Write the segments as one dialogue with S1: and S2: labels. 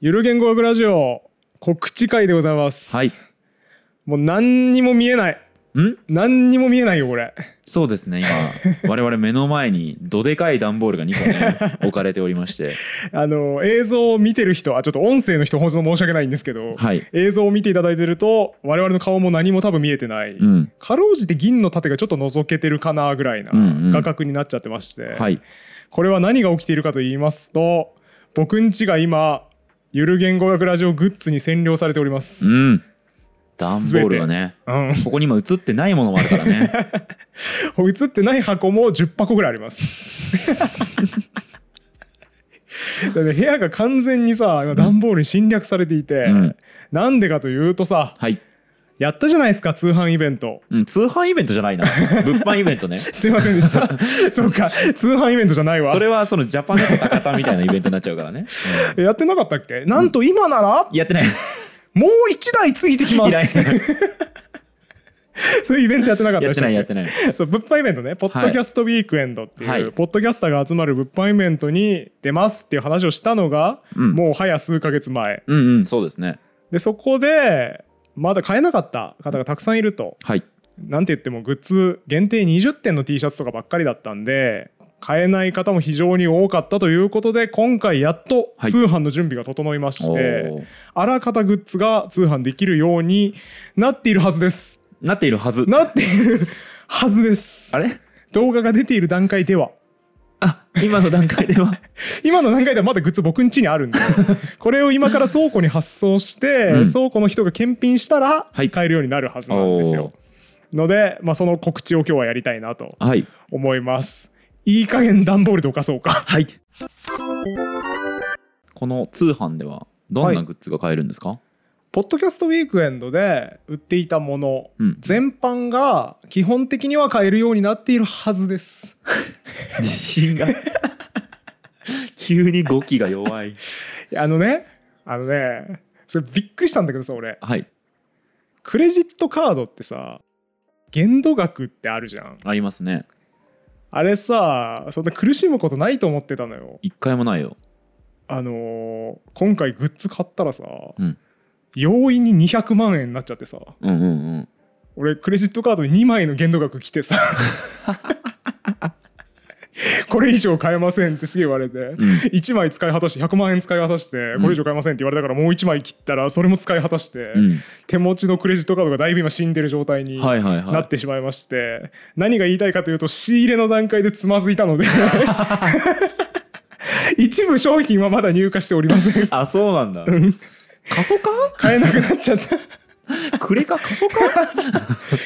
S1: ゆる言語学ラジオ告知会でございます
S2: はい
S1: もう何にも見えない
S2: ん
S1: 何にも見えないよこれ
S2: そうですね 今我々目の前にどでかい段ボールが2個ね 置かれておりまして
S1: あの映像を見てる人あちょっと音声の人本当申し訳ないんですけど、
S2: はい
S1: 映像を見ていただいてると我々の顔も何も多分見えてない、
S2: うん
S1: かろうじて銀の盾がちょっと覗けてるかなぐらいな
S2: うんうん
S1: 画角になっちゃってまして、
S2: はい
S1: これは何が起きているかと言いますと僕んちが今ゆる言語学ラジオグッズに占領されておりま
S2: う
S1: す、
S2: ん段ボールがね
S1: うん、
S2: ここに今映ってないものもあるからね
S1: 映ってない箱も10箱ぐらいあります だね部屋が完全にさ今段ボールに侵略されていて、
S2: うん
S1: なんでかというとさ
S2: はい、
S1: やったじゃないですか通販イベント
S2: うん、通販イベントじゃないな物販イベント ね
S1: すいませんでしたそうか通販イベントじゃないわ
S2: それはそのジャパネット高田みたいなイベントになっちゃうからね、
S1: やってなかったっけなんと今なら
S2: うんやってない
S1: もう1台ついてきま
S2: い
S1: す
S2: ない
S1: そういうイベントやってなかった
S2: や
S1: で
S2: って
S1: した
S2: ないやっ
S1: け
S2: てない
S1: そう物販イベントねポッドキャストウィークエンドっていう、
S2: はい
S1: ポッドキャスターが集まる物販イベントに出ますっていう話をしたのが、
S2: うん
S1: もう早数ヶ月前
S2: うんうんそうですね
S1: でそこでまだ買えなかった方がたくさんいると
S2: はい
S1: なんて言ってもグッズ限定20点の T シャツとかばっかりだったんで買えない方も非常に多かったということで今回やっと
S2: はい
S1: 通販の準備が整いまし
S2: お
S1: て、
S2: ー
S1: あらかたグッズが通販できるようになっているはずです
S2: なっているはず
S1: なっているはずです
S2: あれ
S1: 動画が出ている段階では
S2: あ今の段階で は
S1: 今の段階ではまだグッズ僕ん家にある んでこれを今から倉庫に発送して、
S2: うん
S1: 倉庫の人が検品したら
S2: はい
S1: 買えるようになるはずなんですよ、ので、まあ、その告知を今日はやりたいなと
S2: おーはい
S1: 思いますいい加減段ボールどかそうか
S2: はいこの通販ではどんなグッズが買えるんですか、
S1: ポッドキャストウィークエンドで売っていたもの、
S2: うん
S1: 全般が基本的には買えるようになっているはずです
S2: 自信が急に語気が弱い
S1: い やあのねあのねそれびっくりしたんだけどさ俺
S2: はい
S1: クレジットカードってさ限度額ってあるじゃん
S2: ありますね
S1: あれさそんな苦しむことないと思ってたのよ
S2: 一回もないよ
S1: あのー今回グッズ買ったらさ、
S2: うん
S1: 容易に200万円になっちゃってさ
S2: うんうんうん
S1: 俺クレジットカードに2枚の限度額来てさ これ以上買えませんってすげえ言われて、
S2: ん
S1: 1枚使い果たして100万円使い果たしてこれ以上買えませんって言われたからもう1枚切ったらそれも使い果たして、
S2: うん
S1: 手持ちのクレジットカードがだいぶ今死んでる状態に
S2: はいはいはい
S1: なってしまいまして、何が言いたいかというと仕入れの段階でつまずいたので 一部商品はまだ入荷しておりません
S2: あそうなんだ過疎化
S1: 買えなくなっちゃった
S2: クレカ過 疎化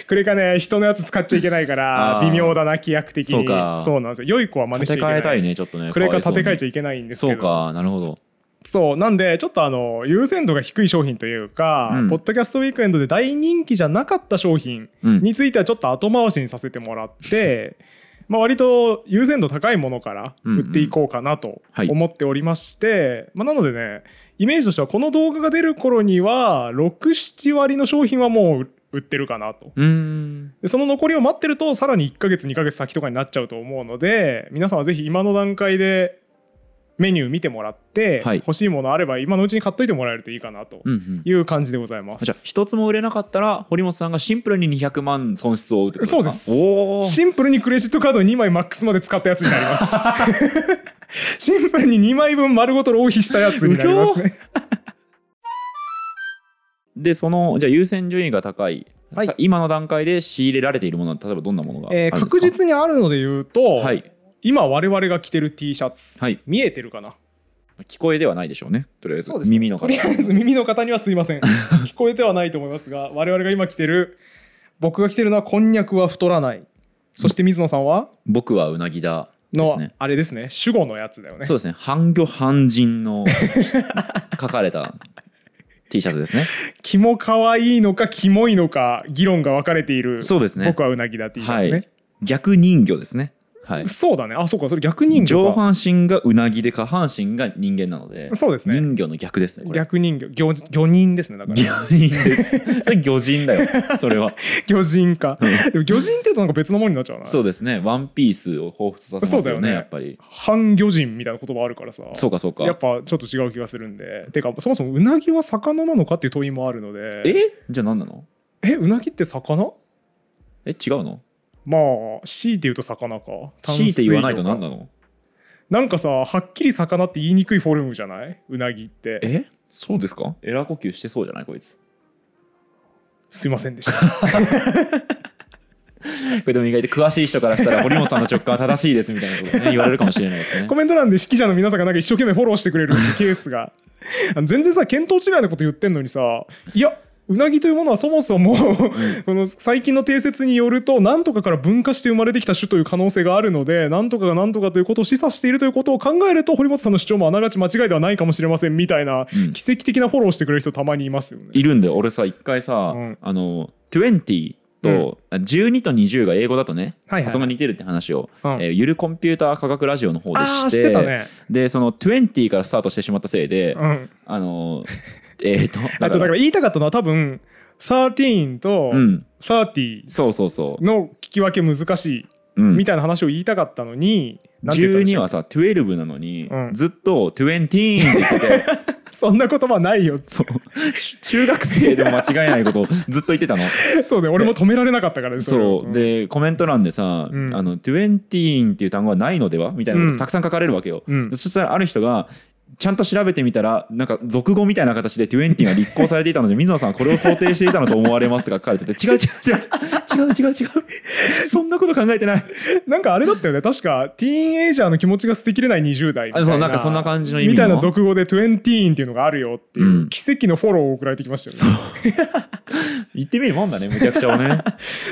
S1: クレカね人のやつ使っちゃいけないから
S2: あー
S1: 微妙だな規約的に
S2: そうか
S1: そうなんですよ良い子は真似しちゃい
S2: 立て
S1: けな
S2: 替
S1: い
S2: えたいねちょっとね
S1: クレカ立て替えちゃ
S2: い
S1: いけないんですけ
S2: そ
S1: ど
S2: うかなるほど
S1: そうなんでちょっとあの優先度が低い商品というか、
S2: うん
S1: ポッドキャストウィークエンドで大人気じゃなかった商品
S2: うん
S1: についてはちょっと後回しにさせてもら って、まあ割と優先度高いものから
S2: うんうん
S1: 売っていこうかなと
S2: はい
S1: 思っておりまして、まあなのでねイメージとしてはこの動画が出る頃には67割の商品はもう売ってるかなと。
S2: うーん
S1: でその残りを待ってるとさらに1ヶ月2ヶ月先とかになっちゃうと思うので皆さんはぜひ今の段階でメニュー見てもらって、
S2: はい
S1: 欲しいものあれば今のうちに買っといてもらえるといいかなと
S2: うんうん
S1: いう感じでございます。
S2: じゃあ一つも売れなかったら堀本さんがシンプルに200万損失を負うってことか
S1: そうです
S2: おお
S1: シンプルにクレジットカード2枚マックスまで使ったやつになり ます。シンプルに2枚分丸ごと浪費したやつになりますね。
S2: でそのじゃあ優先順位が高い、
S1: はい
S2: さ今の段階で仕入れられているものは例えばどんなものがあるん
S1: え
S2: です
S1: ー
S2: か、
S1: 確実にあるので言うと、
S2: はい
S1: 今我々が着てる T シャツ、
S2: はい
S1: 見えてるか な
S2: 聞こえではないでしょうねとりあえず
S1: そうですね
S2: 耳の
S1: と
S2: 方
S1: りあえず耳の方にはすい ません聞こえてはないと思いますが我々が今着てる僕が着てるのは「こんにゃくは太らない」そして水野さんは
S2: 僕はうなぎだで
S1: の、
S2: すね
S1: あれですね主語のやつだよね
S2: そうですね半魚半人 の書かれた T シャツですね
S1: キモ可愛いのかキモいのか議論が分かれている
S2: そうですね
S1: 僕はうなぎだ T シャ
S2: は
S1: ツね、
S2: い逆人魚ですねはい、
S1: そうだねあそうかそれ逆人魚か
S2: 上半身がうなぎで下半身が人間なので
S1: そうですね
S2: 人魚の逆ですねこれ
S1: 逆人魚魚魚人ですねだか
S2: 魚
S1: ら
S2: 人ですそれ魚人だよそれ は
S1: 魚人か
S2: う
S1: でも魚人っていうとなんか別のものになっちゃうな
S2: そうですねワンピースを彷彿させます
S1: そうだ
S2: よ
S1: よ
S2: ね
S1: ね
S2: やっぱり
S1: 半魚人みたいな言葉あるからさ
S2: そうかそうか
S1: やっぱちょっと違う気がするんでてかそもそもうなぎは魚なのかっていう問いもあるので
S2: えじゃあ何なの
S1: えうなぎって魚
S2: え違うの
S1: まあ強いて言うと魚か
S2: 強いて言わないと何
S1: だ
S2: なの
S1: なんかさはっきり魚って言いにくいフォルムじゃないうなぎって
S2: えそうですかエラ呼吸してそうじゃないこいつ
S1: すいませんでした
S2: これでも意外と詳しい人から したら堀本さんの直感は正しいですみたいなことね言われるかもしれないですね
S1: コメント欄で指揮者の皆さんがなんか一生懸命フォローしてくれるケースがあの全然さ見当違いなこと言ってんのにさいやうなぎというものはそもそもこの最近の定説によると何とかから分化して生まれてきた種という可能性があるので何とかが何とかということを示唆しているということを考えると堀本さんの主張もあながち間違いではないかもしれませんみたいな
S2: うん
S1: 奇跡的なフォローしてくれる人たまにいますよね。
S2: いるんだよ俺さ一回さ、
S1: うん
S2: あの20と、12と20が英語だとね、
S1: はいはい
S2: 発音が似てるって話を、
S1: うん
S2: えーゆるコンピューター科学ラジオの方で
S1: あ
S2: し
S1: あ
S2: て
S1: してたね。
S2: でその20からスタートしてしまったせいで、
S1: うん
S2: あのえっ と
S1: あとだから言いたかったのは多分13と
S2: うん
S1: 30
S2: そうそうそ、
S1: の聞き分け難しいう
S2: うん
S1: み、たいな話を言いたかったのに、なんて言ったんでし
S2: 12
S1: ょう
S2: はさ12なのに、
S1: うん
S2: ずっと20って言ってて
S1: そんな言葉ないよ
S2: そう中学生でも間違えないことを ずっと言ってたの
S1: そうね俺も止められなかったからねれを
S2: そう、でコメント欄でさ「
S1: うん
S2: あの20っていう単語はないのでは?」みたいなこと
S1: うん
S2: たくさん書かれるわけよ、
S1: うん
S2: そしたらある人がちゃんと調べてみたらなんか俗語みたいな形で20が立候補されていたので水野さんはこれを想定していたのと思われますとか書かれてて違う違 う違う違う違う違うそんなこと考えてない
S1: なんかあれだったよね確かティーンエイジャーの気持ちが捨てきれない20代みたい
S2: あ
S1: な
S2: そうなんかそんな感じの意味の
S1: みたいな俗語で20っていうのがあるよっていう、
S2: うん
S1: 奇跡のフォローを送られてきました
S2: そ
S1: よ
S2: う
S1: ね
S2: 言ってみるもんだねむちゃくちゃをね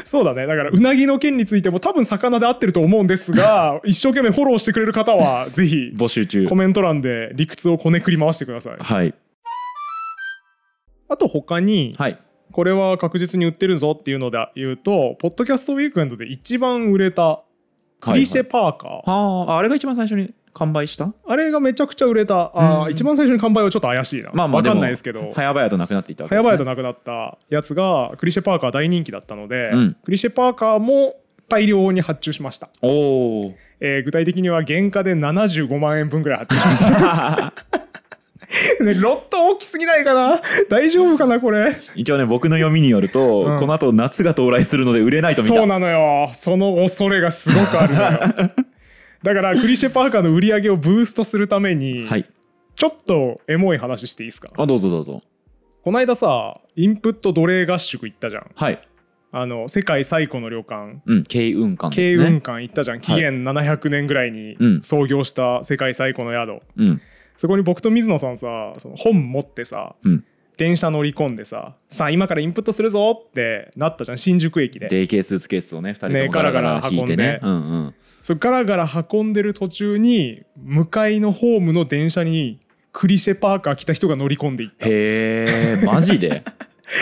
S1: そうだねだからうなぎの件についても多分魚で合ってると思うんです が一生懸命フォローしてくれる方はぜひ
S2: 募集中
S1: コメント欄で理屈をこねくり回してください
S2: はい
S1: あと他に
S2: はい
S1: これは確実に売ってるぞっていうので言うとポッドキャストウィークエンドで一番売れたクリシェ・パーカー、
S2: はああれが一番最初に完売した
S1: あれがめちゃくちゃ売れたあー、
S2: うん
S1: 一番最初に完売はちょっと怪しいな、
S2: まあまあ
S1: わかん
S2: も
S1: ないですけど
S2: 早々となくなっていったわけ
S1: 早
S2: です、
S1: 々と
S2: ね、
S1: なくなったやつがクリシェ・パーカー大人気だったので、
S2: うん
S1: クリシェ・パーカーも大量に発注しました、
S2: おお
S1: えー具体的には原価で75万円分ぐらい発注しま したねロット大きすぎないかな大丈夫かなこれ
S2: 一応ね僕の読みによると、
S1: うん
S2: この後夏が到来するので売れないと見た
S1: そうなのよその恐れがすごくあるの よだからクリシェ・パーカーの売り上げをブーストするために、
S2: はい
S1: ちょっとエモい話していいですか
S2: あどうぞどうぞ
S1: この間さインプット奴隷合宿行ったじゃん
S2: はい
S1: あの世界最古の旅館
S2: うん慶雲館で
S1: 慶
S2: す
S1: 雲
S2: ね
S1: 館行ったじゃん、紀元700年ぐらいに
S2: うん
S1: 創業した世界最古の宿、
S2: うん
S1: そこに僕と水野さんさその本持ってさ
S2: うん
S1: 電車乗り込んでささあ今からインプットするぞってなったじゃん新宿駅で
S2: デイケースーツケースをね2人と
S1: ね
S2: もガラガラ引いてね
S1: ガラガ
S2: うんうん
S1: そガラガラ運んでる途中に向かいのホームの電車にクリシェパーカー来た人が乗り込んでいった
S2: へえマジ で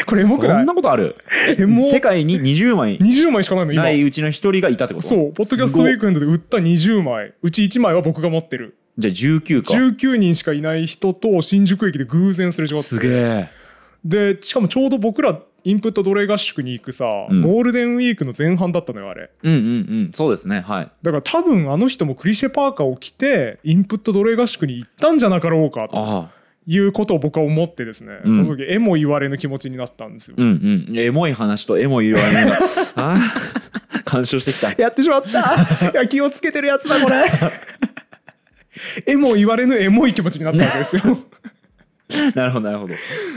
S1: これエ
S2: そ
S1: モくない
S2: んな ことある
S1: えもう
S2: 世界に20枚
S1: 20枚しかないの今
S2: ないうちの一人がいたってこと
S1: そうポッドキャストウィークエンドで売った20枚うち1枚は僕が持ってる
S2: じゃあ19か
S1: 19人しかいない人と新宿駅で偶然すれ違って
S2: すげえ
S1: でしかもちょうど僕らインプット奴隷合宿に行くさ、
S2: うん
S1: ゴールデンウィークの前半だったのよあれ
S2: うんうんうんそうですねはい
S1: だから多分あの人もクリシェパーカーを着てインプット奴隷合宿に行ったんじゃなかろうかと
S2: ああ
S1: いうことを僕は思ってですね、
S2: うん
S1: その時絵も言われぬ気持ちになったんですよ、
S2: うんうんエモい話とエモい言われるがああ干渉してきた
S1: やってしまった いや気をつけてるやつだこれ絵も言われぬ エモい気持ちになったわけです よ
S2: なるほどなるほど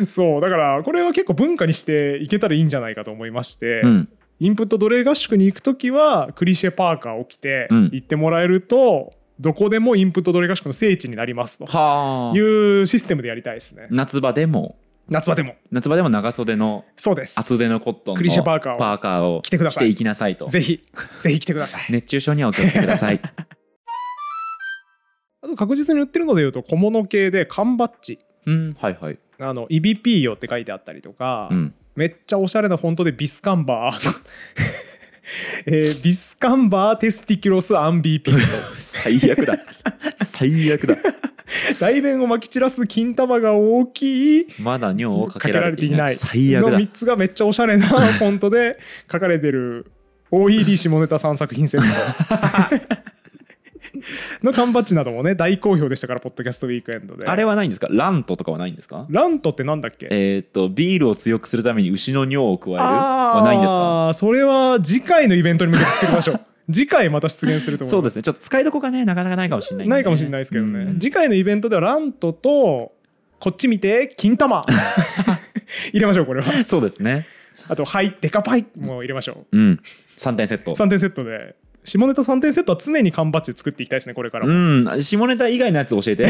S1: そうだからこれは結構文化にしていけたらいいんじゃないかと思いまして、
S2: うん
S1: インプット奴隷合宿に行く時はクリシェパーカーを着て
S2: うん
S1: 行ってもらえると、どこでもインプット奴隷合宿の聖地になりますと
S2: はあ
S1: いうシステムでやりたいですね
S2: 夏場でも
S1: 夏場でも
S2: 夏場でも長袖の
S1: そうです
S2: 厚手のコットンの
S1: クリシェパーカーを
S2: パカーを
S1: 着てください
S2: 着ていきなさいと
S1: ぜひぜひ来てください
S2: 熱中症にはお気をつけください
S1: あと確実に売ってるのでいうと小物系で缶バッジ
S2: うんはいはい
S1: あの EBP よって書いてあったりとか、
S2: うん
S1: めっちゃおしゃれなフォントでビスカンバー えービスカンバーテスティキュロスアンビーピス ト
S2: 最悪だ最悪だ
S1: 大便をまき散らす金玉が大きい
S2: まだ尿をか
S1: か
S2: け
S1: けら
S2: ら
S1: れ
S2: れ
S1: て
S2: て
S1: い
S2: い
S1: な
S2: ないい最悪
S1: の
S2: だ
S1: 3つがめっちゃおしゃれなフォントで 書かれてる OED 下ネタ3作品セット の缶バッジなどもね大好評でしたからポッドキャストウィークエンドで
S2: あれはないんですかラントとかはないんですか
S1: ラントってなんだっけ
S2: えーっとビールを強くするために牛の尿を加える
S1: あ
S2: はないんですか
S1: ーそれは次回のイベントに向けて作りまし ょう次回また出現すると思
S2: そ
S1: いうま
S2: ですねちょっと使いどこがねなかなかないかもしれないんでね
S1: ないかもしれないですけどね、
S2: うん
S1: 次回のイベントではラントとこっち見て金 玉入れましょうこれは
S2: そうですね
S1: あと「はいデカパイ」も入れましょう
S2: うん3点セット
S1: 3点セットで下ネタ3点セットは常に缶バッジ作っていきたいですねこれからも
S2: うん下ネタ以外のやつ教 えて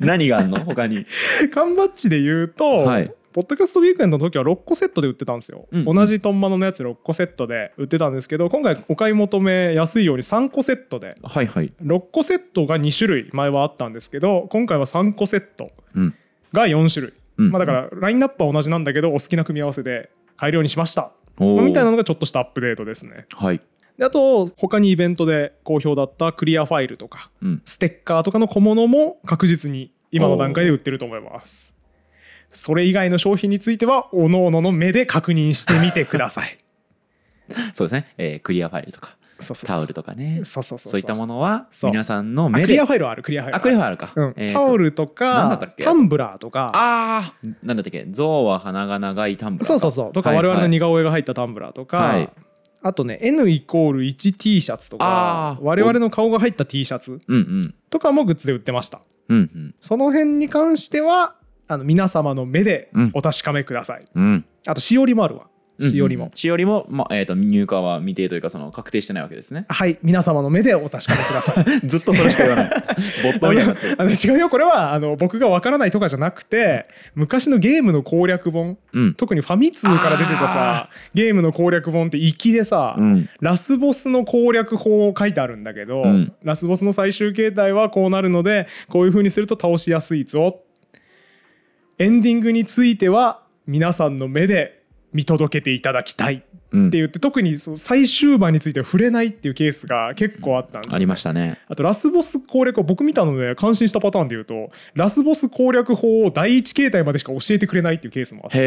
S2: 何があんの他に
S1: 缶バッジで言うと、
S2: はい
S1: ポッドキャストウィークエンドの時は6個セットで売ってたんですよ、
S2: うん
S1: 同じトンマノのやつ6個セットで売ってたんですけど今回お買い求め安いように3個セットで
S2: はいはい
S1: 6個セットが2種類前はあったんですけど今回は3個セット
S2: うん
S1: が4種類、
S2: うん
S1: まあ、だからラインナップは同じなんだけどお好きな組み合わせで改良にしました、
S2: おー
S1: まあみたいなのがちょっとしたアップデートですね
S2: はい
S1: であと他にイベントで好評だったクリアファイルとか
S2: うん
S1: ステッカーとかの小物も確実に今の段階で売ってると思いますそれ以外の商品についてはおのおのの目で確認してみてくだ さい
S2: そうですね、えークリアファイルとか
S1: そうそうそう
S2: タオルとかね
S1: そうそうそう
S2: そういったものは
S1: そう
S2: 皆さんの
S1: あ
S2: 目
S1: クリ
S2: で
S1: アファイルはあるクリアファイルは
S2: あクリアファイルか、
S1: うん
S2: えーと
S1: タオルと
S2: なんだった
S1: か
S2: っけ
S1: タンブラーとか
S2: あーなんだったっけ象は鼻が長いタンブラー
S1: そうそうそうとか
S2: はい
S1: 我
S2: はい
S1: 々の似顔絵が入ったタンブラーとか、
S2: はい
S1: あとね N イコール 1T シャツとか
S2: あー
S1: 我々の顔が入った T シャツ
S2: うんうん
S1: とかもグッズで売ってました
S2: うん
S1: その辺に関してはあの皆様の目でお確かめください、
S2: うんうん
S1: あとしおりもあるわ
S2: うん
S1: しおりも、
S2: しおりも、まあえー、と入荷は未定というかその確定してないわけですね
S1: はい皆様の目でお確かめください
S2: ずっとそれしか言わ ない没頭みたいになってる
S1: あの違うよこれはあの僕がわからないとかじゃなくて昔のゲームの攻略本
S2: うん
S1: 特にファミ通から出てたさゲームの攻略本って粋でさ、
S2: うん
S1: ラスボスの攻略法を書いてあるんだけど、
S2: うん
S1: ラスボスの最終形態はこうなるのでこういう風にすると倒しやすいぞエンディングについては皆さんの目で見届けていただきたいって
S2: うん
S1: 言って特にその最終盤については触れないっていうケースが結構あったんですよ
S2: ありましたね
S1: あとラスボス攻略を僕見たので感心したパターンで言うとラスボス攻略法を第一形態までしか教えてくれないっていうケースもあって
S2: へ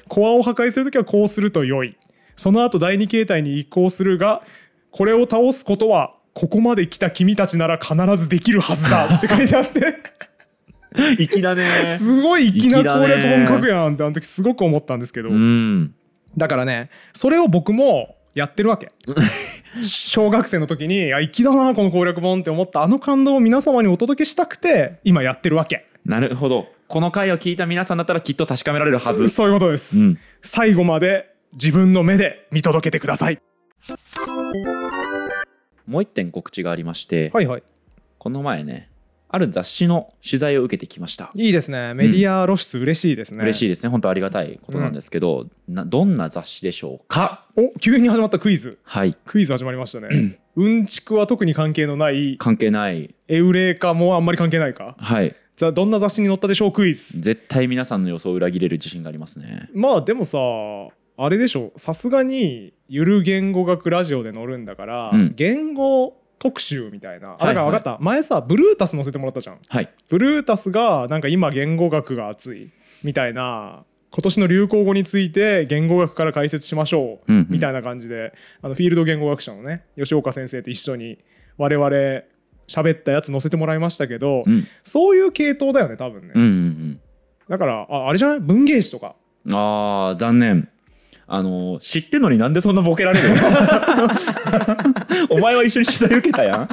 S2: え
S1: コアを破壊するときはこうすると良いその後第二形態に移行するがこれを倒すことはここまで来た君たちなら必ずできるはずだ って書いてあって
S2: 粋だね
S1: すごい粋な
S2: 粋だね
S1: 攻略本書くやんってあの時すごく思ったんですけど、
S2: うん
S1: だからねそれを僕もやってるわけ小学生の時にあ粋だなこの攻略本って思ったあの感動を皆様にお届けしたくて今やってるわけ
S2: なるほどこの回を聞いた皆さんだったらきっと確かめられるはず
S1: そういうことです、
S2: うん
S1: 最後まで自分の目で見届けてください
S2: もう一点告知がありまして、
S1: はいはい
S2: この前ねある雑誌の取材を受けてきました
S1: いいですね。メディア露出嬉しいですね。
S2: 嬉し
S1: い。
S2: いですね本当ありがたいことなんですけど、などんな雑誌でしょうか
S1: お急に始まったクイズ。
S2: はい
S1: クイズ始まりました ね。うんちくは特に関係のない、
S2: 関係ない
S1: エウレカもあんまり関係ないか。
S2: はい
S1: じゃあどんな雑誌に載ったでしょうクイズ。
S2: 絶対皆さんの予想を裏切れる自信がありますね
S1: まあでもさ、あれでしょ。さすがにゆる言語学ラジオで載るんだから、
S2: うん
S1: 言語特集みたいな。あ
S2: は
S1: だ
S2: い
S1: から分かった。前さブルータス載せてもらったじゃん。
S2: はい
S1: ブルータスがなんか今言語学が熱いみたいな今年の流行語について言語学から解説しましょう
S2: うんうん
S1: みたいな感じであのフィールド言語学者のね吉岡先生と一緒に我々喋ったやつ載せてもらいましたけど
S2: うん
S1: そういう系統だよね多分
S2: うん
S1: ね
S2: うん
S1: だからああれじゃない文芸誌とか
S2: うんあー残念あのー知ってんのになんでそんなボケられるお前は一緒に取材受けたやん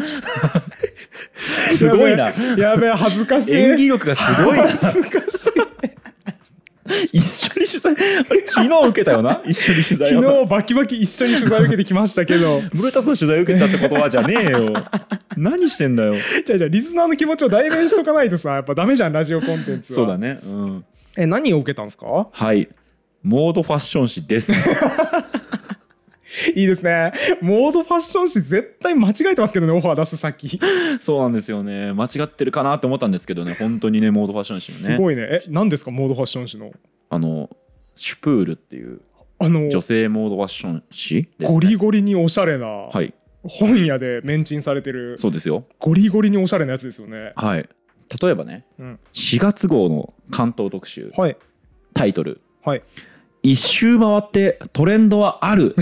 S2: すごいな
S1: やべえやべえ恥ずかしい
S2: 演技力がすごいな
S1: 恥ずかしい
S2: 一緒に取材あれ昨日受けたよな一緒に取材を
S1: 昨日バキバキ一緒に取材受けてきましたけど
S2: ブルータスの取材受けたってことはじゃねえよ何してんだよ
S1: じゃあじゃあリスナーの気持ちを代弁しとかないとさやっぱダメじゃんラジオコンテンツは
S2: そうだねうん
S1: え何を受けたんですか
S2: はいモードファッション誌です
S1: いいですねモードファッション誌絶対間違えてますけどねオファー出す先、
S2: そうなんですよね間違ってるかなって思ったんですけどね本当にねモードファッション誌
S1: す
S2: もね
S1: ごいねえ何ですかモードファッション誌の
S2: あのシュプールっていう
S1: あの
S2: 女性モードファッション誌です、ね、
S1: ゴリゴリにおしゃれな、
S2: はい
S1: 本屋でメンチンされてる
S2: そうですよ
S1: ゴリゴリにおしゃれなやつですよね。
S2: はい例えばね
S1: うん、
S2: 4月号の関東特集
S1: はい
S2: タイトル
S1: はい
S2: 「一周回ってトレンドは ある」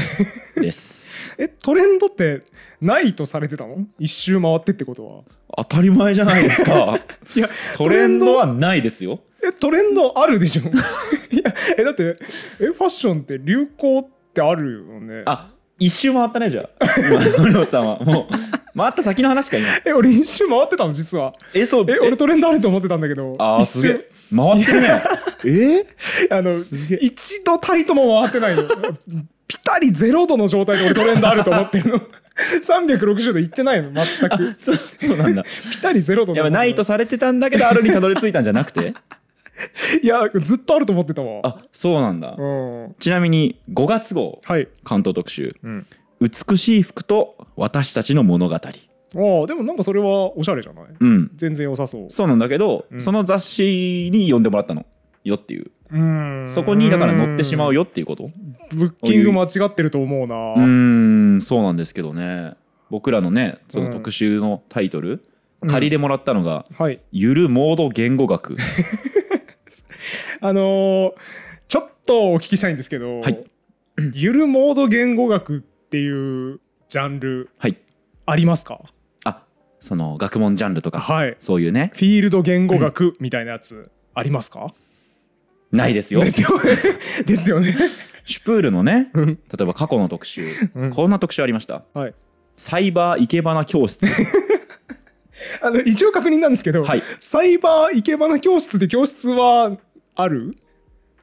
S2: です
S1: えトレンドってないとされてたの一周回ってってことは
S2: 当たり前じゃないですか
S1: いや
S2: トレンドはないですよ
S1: えトレンドあるでし ょいやえだってえファッションって流行ってあるよね
S2: あ一周回ったねじゃあ 今森本さんはもう回った先の話か今
S1: え俺一周回ってたの実は
S2: えそう
S1: え俺トレンドあると思ってたんだけど
S2: あー
S1: 一
S2: すげ
S1: 周
S2: え回ってるねえ
S1: あの
S2: すげえ
S1: 一度たりとも回ってないよピタリゼロ度の状態で俺トレンドあると思ってるの 360度いってないの全く
S2: そうそうなんだ
S1: ピタリゼロ度の
S2: やばいないとされてたんだけどあるにたどり着いたんじゃな くて
S1: いやずっとあると思ってたわ
S2: あそうなんだ
S1: うん
S2: ちなみに5月号
S1: はい
S2: 関東特集
S1: うん
S2: 「美しい服と私たちの物語」
S1: ああでもなんかそれはおしゃれじゃない
S2: うん
S1: 全然良さそう
S2: そうなんだけど、
S1: うん
S2: その雑誌に読んでもらったのよっていう
S1: うーん
S2: そこにだから載ってしまうよっていうこと
S1: ブッキング間違ってると思うな
S2: うーんそうなんですけどね僕らのねその
S1: うん
S2: 特集のタイトル、
S1: うん
S2: 借りてもらったのが
S1: はい
S2: 「ゆるモード言 語学」
S1: あのーちょっとお聞きしたいんですけど、
S2: はい
S1: ゆるモード言語学っていうジャンル
S2: はい
S1: ありますか
S2: あその学問ジャンルとか、
S1: はい
S2: そういうね
S1: フィールド言語学みたいなやつありますか
S2: ないですよ
S1: ですよね ですよね
S2: シュプールのね
S1: うん
S2: 例えば過去の特集、
S1: うん
S2: こんな特集ありました
S1: はい
S2: サイバーいけばな 教室
S1: あの一応確認なんですけど、
S2: はい
S1: サイバーいけばな教室って教室はある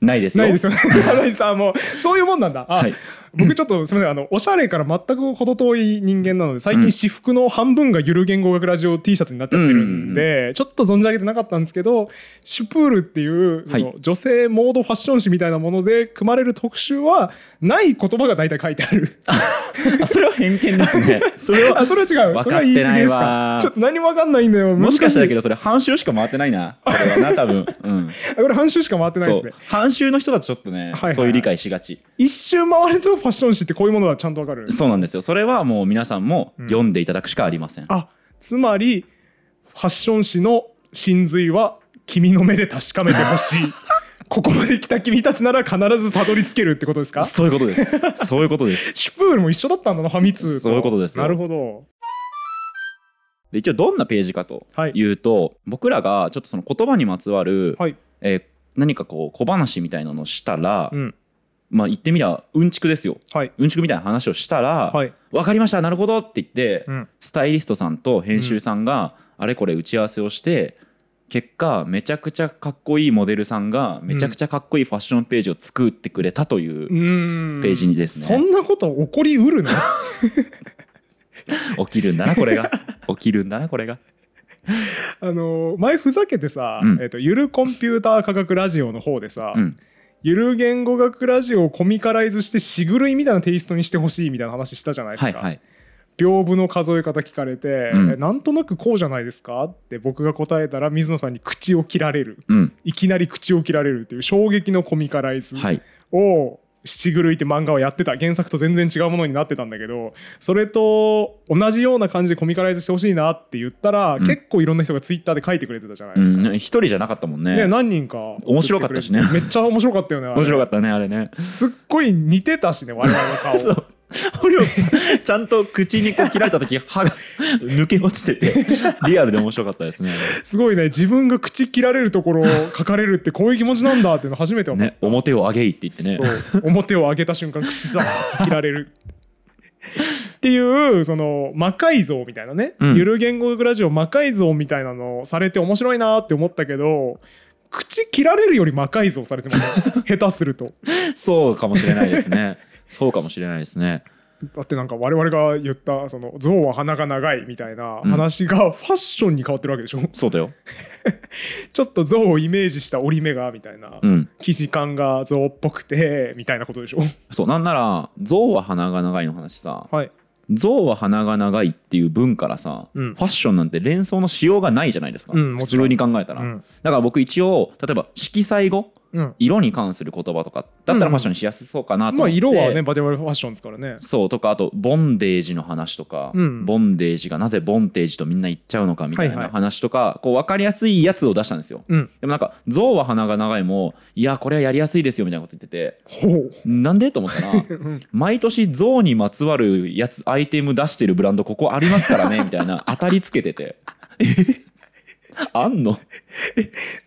S2: ないですよ
S1: ないです よね。ないですあもうそういうもんなんだ。あ
S2: はい
S1: 僕ちょっとすみませんあのおしゃれから全く程遠い人間なので最
S2: うん
S1: 近私服の半分がゆる言語学ラジオ T シャツになっちゃってるんで、
S2: う
S1: ちょっと存じ上げてなかったんですけどシュプールっていうその、
S2: はい
S1: 女性モードファッション誌みたいなもので組まれる特集はない言葉が大体書いてある
S2: あそれは偏見ですねそれは
S1: あそれは違う
S2: わ
S1: それ
S2: かっ
S1: は言い
S2: て
S1: 過
S2: な
S1: ぎ
S2: い
S1: です
S2: わ
S1: かちょっと何もわかんないんだよ
S2: もしかしたらだけ
S1: ど
S2: どそれ半周しか回ってないなそれはな多分、 うん、
S1: これ半周しか回ってないで
S2: そ
S1: す
S2: う
S1: ね
S2: 半周の人だとちょっとね、
S1: はいはい
S2: そういう理解しがち
S1: 一周回るとファッション誌ってこういうものはちゃんとわかる
S2: そうなんですよそれはもう皆さんも
S1: うん
S2: 読んでいただくしかありません、
S1: あつまりファッション誌の真髄は君の目で確かめてほしい ここまで来た君たちなら必ずたどり着けるってことですか
S2: そういうことです そういうことです
S1: シュプールも一緒だったんだなファミ通
S2: そういうことですよ
S1: なるほど
S2: で一応どんなページかと
S1: はい
S2: いうと、僕らがちょっとその言葉にまつわる、
S1: はい
S2: えー何かこう小話みたいなのをしたら、
S1: うん
S2: まあ言ってみりゃうんちくですよ
S1: はい
S2: うんちくみたいな話をしたら「
S1: はい
S2: 分かりましたなるほど」って言って、
S1: うん
S2: スタイリストさんと編集さんがあれこれ打ち合わせをして、結果めちゃくちゃかっこいいモデルさんがめちゃくちゃかっこいいファッションページを作ってくれたという
S1: うーん
S2: ページにですね
S1: そんなこと起こりうるの
S2: 起きるんだなこれが起きるんだなこれが
S1: あの前ふざけてさ、
S2: うん
S1: えっとゆるコンピューター科学ラジオの方でさ、
S2: うん
S1: ゆる言語学ラジオをコミカライズしてしぐるいみたいなテイストにしてほしいみたいな話したじゃないですか、
S2: はいはい
S1: 屏風の数え方聞かれて、
S2: うん
S1: えなんとなくこうじゃないですかって僕が答えたら水野さんに口を切られる
S2: うん
S1: いきなり口を切られるっていう衝撃のコミカライズ
S2: はい
S1: を「七狂い」って漫画はやってた原作と全然違うものになってたんだけどそれと同じような感じでコミカライズしてほしいなって言ったら、
S2: うん
S1: 結構いろんな人がツイッターで書いてくれてたじゃないですか。
S2: うん一人じゃなかったもんね
S1: ね、何人か
S2: 面白かったしね
S1: めっちゃ面白かったよねあれ
S2: 面白かったねあれね
S1: すっごい似てたしね我々の顔
S2: そう堀本さんちゃんと口にこう切られた時歯が抜け落ちててリアルで面白かったですね
S1: すごいね自分が口切られるところを書かれるってこういう気持ちなんだっていうの初めて思っ
S2: ね表を上げいって言って
S1: た、
S2: ね
S1: そう表を上げた瞬間口 ザーッ切られるっていうその魔改造みたいなね、
S2: うん
S1: ゆる言語学ラジオ魔改造みたいなのをされて面白いなって思ったけど口切られるより魔改造されてもね 下手すると
S2: そうかもしれないですね。 そうかもしれないですね。
S1: だってなんか我々が言ったその「象は鼻が長い」みたいな話がファッションに変わってるわけでしょ、
S2: そうだよ。
S1: ちょっと象をイメージした折り目がみたいな、
S2: うん。
S1: 生地感が象っぽくてみたいなことでしょ
S2: そうなんなら象は鼻が長いの話さ、
S1: はい
S2: 象は鼻が長いっていう文からさ、
S1: うん
S2: ファッションなんて連想のしようがないじゃないですか。
S1: うんも
S2: 普
S1: ちろん
S2: 通に考えたら、
S1: うん
S2: だから僕一応例えば色彩語
S1: うん
S2: 色に関する言葉とかだったら
S1: うん
S2: ファッションにしやすそうかなと思
S1: ま
S2: っ
S1: あ
S2: て、
S1: 色はねバディバルファッションですからね
S2: そうとかあとボンデージの話とか、
S1: うん
S2: ボンデージがなぜボンテージとみんな言っちゃうのかみたい
S1: はいは
S2: ない話とか、こう分かりやすいやつを出したんですよ
S1: うん
S2: でもなんか象は鼻が長いもいやこれはやりやすいですよみたいなこと言ってて
S1: ほう
S2: なんでと思った ら
S1: うん
S2: 毎年象にまつわるやつアイテム出してるブランドここありますからねみたいな当たりつけててえあんの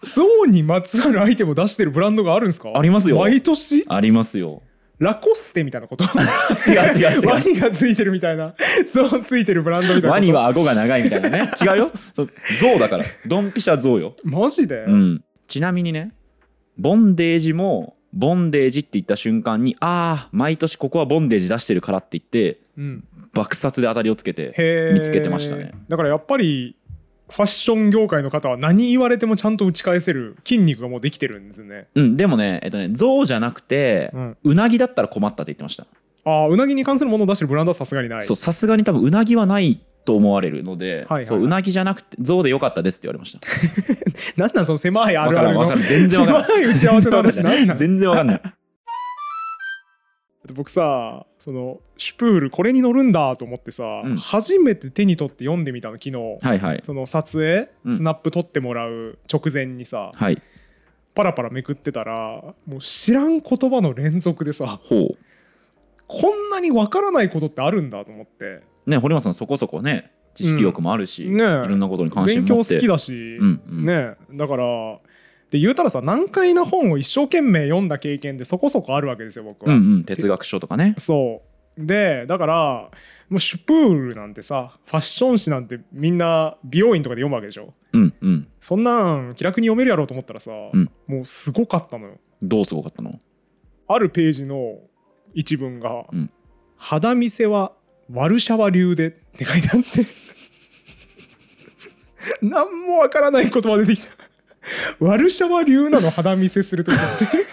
S1: 象にまつわるアイテムを出してるブランドがあるんですか
S2: ありますよ
S1: 毎年
S2: ありますよ
S1: ラコステみたいなこと
S2: 違う違う違う
S1: ワニがついてるみたいな象ついてるブランドみたいなこと
S2: ワニは顎が長いみたいなね違うよそう象だからドンピシャ象よ、
S1: マジで、
S2: うん、ちなみにねボンデージもボンデージって言った瞬間にああ毎年ここはボンデージ出してるからって言って
S1: うん
S2: 爆殺で当たりをつけて
S1: へー
S2: 見つけてましたね
S1: だからやっぱりファッション業界の方は何言われてもちゃんと打ち返せる筋肉がもうできてるんですね
S2: うんでもねえっとね象じゃなくて、
S1: う
S2: うんなぎだったら困ったって言ってました、
S1: ああうなぎに関するものを出してるブランドはさすがにない
S2: そうさすがに多分うなぎはないと思われるので、
S1: はいはい
S2: そううなぎじゃなくて象でよかったですって言われました
S1: なんなんその狭いあ
S2: わ
S1: る
S2: か
S1: あ
S2: ら
S1: る
S2: んわか
S1: の
S2: らん全然わからん
S1: 狭い打ち合わせの話何なん
S2: 全然わかんない
S1: 僕さそのシュプールこれに乗るんだと思ってさ、
S2: うん
S1: 初めて手に取って読んでみたの昨日、
S2: はいはい
S1: その撮影
S2: うん
S1: スナップ撮ってもらう直前にさ、
S2: はい
S1: パラパラめくってたらもう知らん言葉の連続でさ
S2: ほう
S1: こんなにわからないことってあるんだと思って
S2: ね堀本さんそこそこね知識力もあるし、
S1: うんねえ
S2: いろんなことに関
S1: 勉
S2: 心持
S1: 強
S2: って
S1: 好きだし、
S2: うんうん
S1: ねだからで言うたらさ難解な本を一生懸命読んだ経験でそこそこあるわけですよ僕
S2: う
S1: は。
S2: んうん哲学書とかね
S1: そうでだからもうシュプールなんてさファッション誌なんてみんな美容院とかで読むわけでしょ
S2: うんうん
S1: そんなん気楽に読めるやろうと思ったらさ、
S2: ん
S1: もうすごかったのよ
S2: どうすごかった の
S1: あるページの一文が
S2: うん
S1: 「肌見せはワルシャワ流で」って書いてあって 何もわからない言葉出てきたワルシャワ流なの肌見せするときって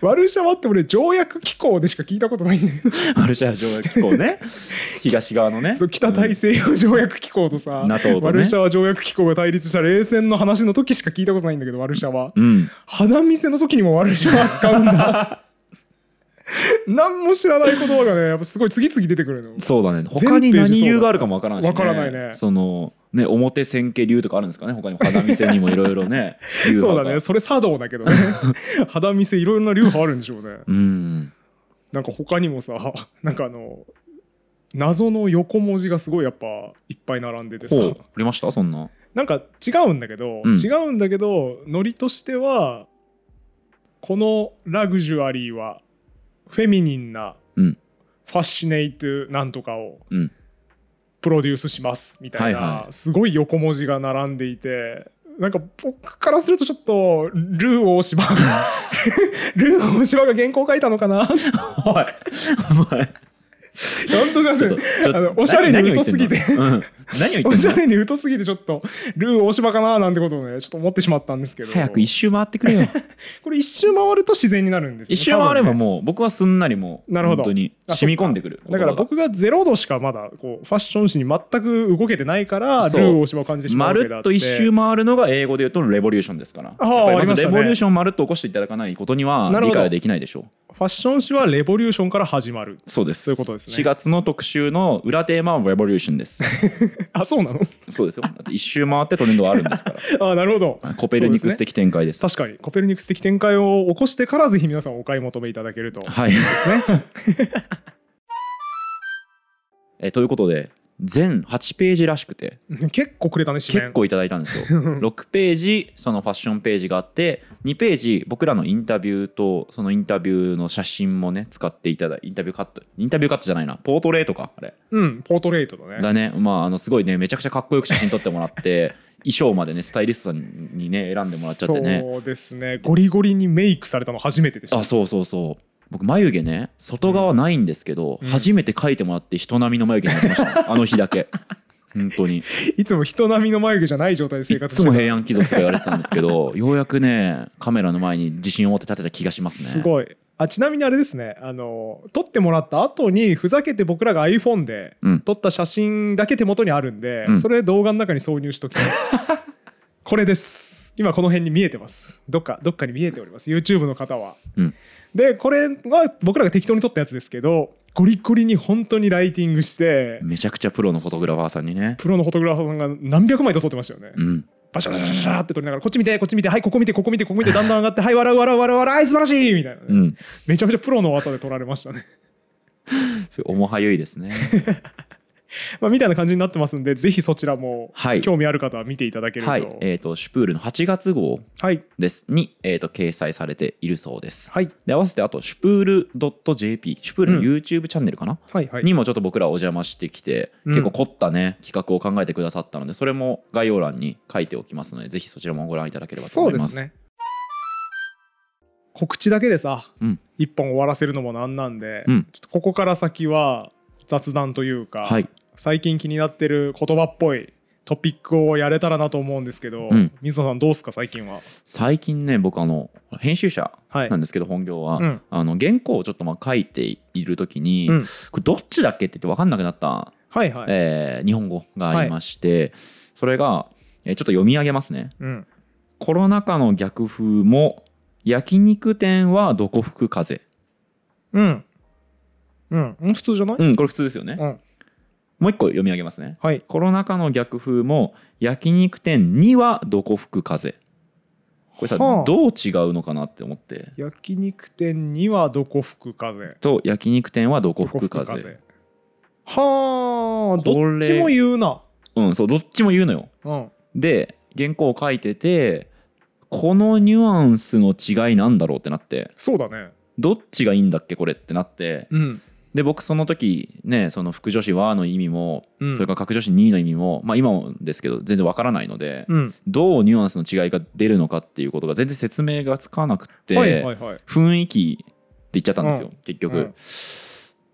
S1: ワルシャワって俺条約機構でしか聞いたことないんだけど
S2: ワルシャワ条約機構 ね東側のね
S1: そう北大西洋条約機構とさ、
S2: NATO とね
S1: ワルシャワ条約機構が対立した冷戦の話の時しか聞いたことないんだけどワルシャワ、
S2: うん
S1: 肌見せの時にも悪い人は使うん だ何も知らない言葉がねやっぱすごい次々出てくるの
S2: そうだね他に
S1: 全ページそう
S2: 何
S1: だ
S2: 理由があるかもわからないし、ね、
S1: わからないね
S2: そのね表線形理由とかあるんですかね他にも肌見せにもいろいろね 流
S1: そう
S2: 派
S1: だ
S2: が
S1: ねそれ茶道だけ どね肌見せいろいろな流派あるんでしょうね
S2: うん
S1: なんか他にもさなんかあの謎の横文字がすごいやっぱいっぱい並んでてさ
S2: ほうありましたそんな
S1: なんか違うんだけど、
S2: うん
S1: 違うんだけどノリとしてはこのラグジュアリーはフェミニンな
S2: うん
S1: ファッシネイトなんとかを
S2: うん
S1: プロデュースしますみたいな、
S2: はいは
S1: すごい横文字が並んでいてなんか僕からするとちょっとルー大柴 ルー大柴が原稿書いたのかな本
S2: おいお前
S1: 当じゃな
S2: ちょっ
S1: く
S2: と
S1: て
S2: ちょ っ
S1: あの
S2: と
S1: おしゃれに疎すぎて
S2: 何を言ってんのうん何を言
S1: お
S2: って
S1: し
S2: ん
S1: ゃ
S2: の
S1: れに疎すぎてちょっとルー大柴かななんてことをねちょっと思ってしまったんですけど
S2: 早く一周回ってくれ よ
S1: これ一周回ると自然になるんですよ
S2: 一
S1: ね
S2: 周回れば
S1: 多分ね
S2: もう僕はすんなりもう
S1: なるほど
S2: 本当に
S1: あ
S2: 染み込んでくる
S1: だから
S2: 言葉
S1: 僕がゼロ度しかまだこうファッション誌に全く動けてないからル
S2: そう
S1: ー大柴を感じてし
S2: が
S1: ま
S2: ま
S1: うわけ
S2: る
S1: だ
S2: っと一周回るのが英語で言うとレボリューションですから
S1: あー
S2: やっぱ
S1: ありまし
S2: まず
S1: た
S2: レ
S1: ね
S2: ボリューションまるっと起こしていただかないことには
S1: なるほど
S2: 理解はできないでしょう
S1: ファッション誌はレボリューションから始まる
S2: そうです
S1: そういうことですね
S2: 4月の特集の裏テーマはレボリューションです
S1: あそうなの
S2: そうですよだって一周回ってトレンドはあるんですか ら
S1: あなるほど
S2: コペルニクス
S1: そうですね
S2: 的展開です
S1: 確かにコペルニクス的展開を起こしてからぜひ皆さんお買い求めいただける と
S2: はいえということで全8ページらしくて
S1: 結構くれたね紙
S2: 結
S1: 面
S2: 構いただいたん ですよ6ページそのファッションページがあって2ページ僕らのインタビューとそのインタビューの写真もね使っていただいインタビューカットインタビューカットじゃないなポートレートかあれ
S1: うんポートレートだね
S2: だねまああのすごいねめちゃくちゃかっこよく写真撮ってもらって衣装までねスタイリストさんにね選んでもらっちゃってね
S1: そうですねゴリゴリにメイクされたの初めてでした
S2: あそうそうそう僕眉毛ね外側ないんですけど、
S1: うん
S2: 初めて描いてもらって人並みの眉毛になりました、ね、 あの日だけ本当に
S1: いつも人並みの眉毛じゃない状態で生
S2: い
S1: 活
S2: つ
S1: して
S2: も
S1: た
S2: 平安貴族とか言われてたんですけどようやくねカメラの前に自信を持って立てた気がしますね
S1: すごいあちなみにあれですねあの撮ってもらった後にふざけて僕らが iPhone で
S2: うん
S1: 撮った写真だけ手元にあるんで、
S2: うん
S1: それ動画の中に挿入しときこれです今この辺に見えてますどっかどっかに見えております YouTube の方は、
S2: うん
S1: でこれは僕らが適当に撮ったやつですけどゴリゴリに本当にライティングして、
S2: めちゃくちゃプロのフォトグラファーさんにね。
S1: プロのフォトグラファーさんが何百枚と撮ってましたよね、
S2: うん。
S1: バシャバシャバシャバシャって撮りながらこっち見てこっち見てはいここ見てここ見てここ見てだんだん上がってはい笑う笑う笑う笑うはい素晴らしいみたいなね、
S2: うん。
S1: めちゃめちゃプロの技で撮られましたね
S2: すごい重はゆいですね。
S1: まあみたいな感じになってますんでぜひそちらも
S2: はい
S1: 興味ある方は見ていただけると
S2: はい。えっ、と、シュプールの8月号
S1: はい
S2: です。に、えっ、と、掲載されているそうです。
S1: はい
S2: で、合わせて、あと、シュプール .jp、シュプールの
S1: うん
S2: YouTube チャンネルかな、
S1: はいはい
S2: にもちょっと僕らお邪魔してきて、
S1: うん
S2: 結構凝ったね、企画を考えてくださったので、それも概要欄に書いておきますので、ぜひそちらもご覧いただければと
S1: そ
S2: 思
S1: う
S2: い
S1: で
S2: ますす。
S1: ね告知だけでさ、
S2: うん
S1: 一本終わらせるのもなんなんで、
S2: うん
S1: ちょっとここから先は雑談というか、
S2: はい。
S1: 最近気になってる言葉っぽいトピックをやれたらなと思うんですけど、
S2: うん
S1: 水野さんどうすか最近は
S2: 最近ね、僕、あの、編集者
S1: はい
S2: なんですけど、本業は、
S1: うん
S2: あの、原稿をちょっとまあ書いているときに、
S1: うん
S2: これどっちだっけって言って分かんなくなった
S1: はいはい、
S2: えー日本語がありまして、それが、えーちょっと読み上げますね
S1: うん
S2: コロナ禍の逆風も焼肉店はどこ吹く風
S1: うんうんうん普通じゃない、
S2: うんこれ普通ですよね、
S1: うん
S2: もう一個読み上げますね
S1: はい
S2: コロナ禍の逆風も焼肉店にはどこ吹く風これさ、
S1: はあ
S2: どう違うのかなって思って
S1: 焼肉店にはどこ吹く風
S2: と焼肉店はどこ
S1: ど
S2: 吹く風
S1: はあ
S2: これ
S1: どっちも言うな
S2: うんそうどっちも言うのよ
S1: うん
S2: で原稿を書いててこのニュアンスの違いなんだろうってなって
S1: そうだね
S2: どっちがいいんだっけこれってなって
S1: うん
S2: で僕その時ねその副助詞はの意味も、
S1: うん
S2: それから格助詞にの意味もまあ今もですけど全然わからないので、
S1: うん
S2: どうニュアンスの違いが出るのかっていうことが全然説明がつかなくて、
S1: はいはいはい
S2: 雰囲気って言っちゃったんですよ、
S1: う
S2: 結局、
S1: うん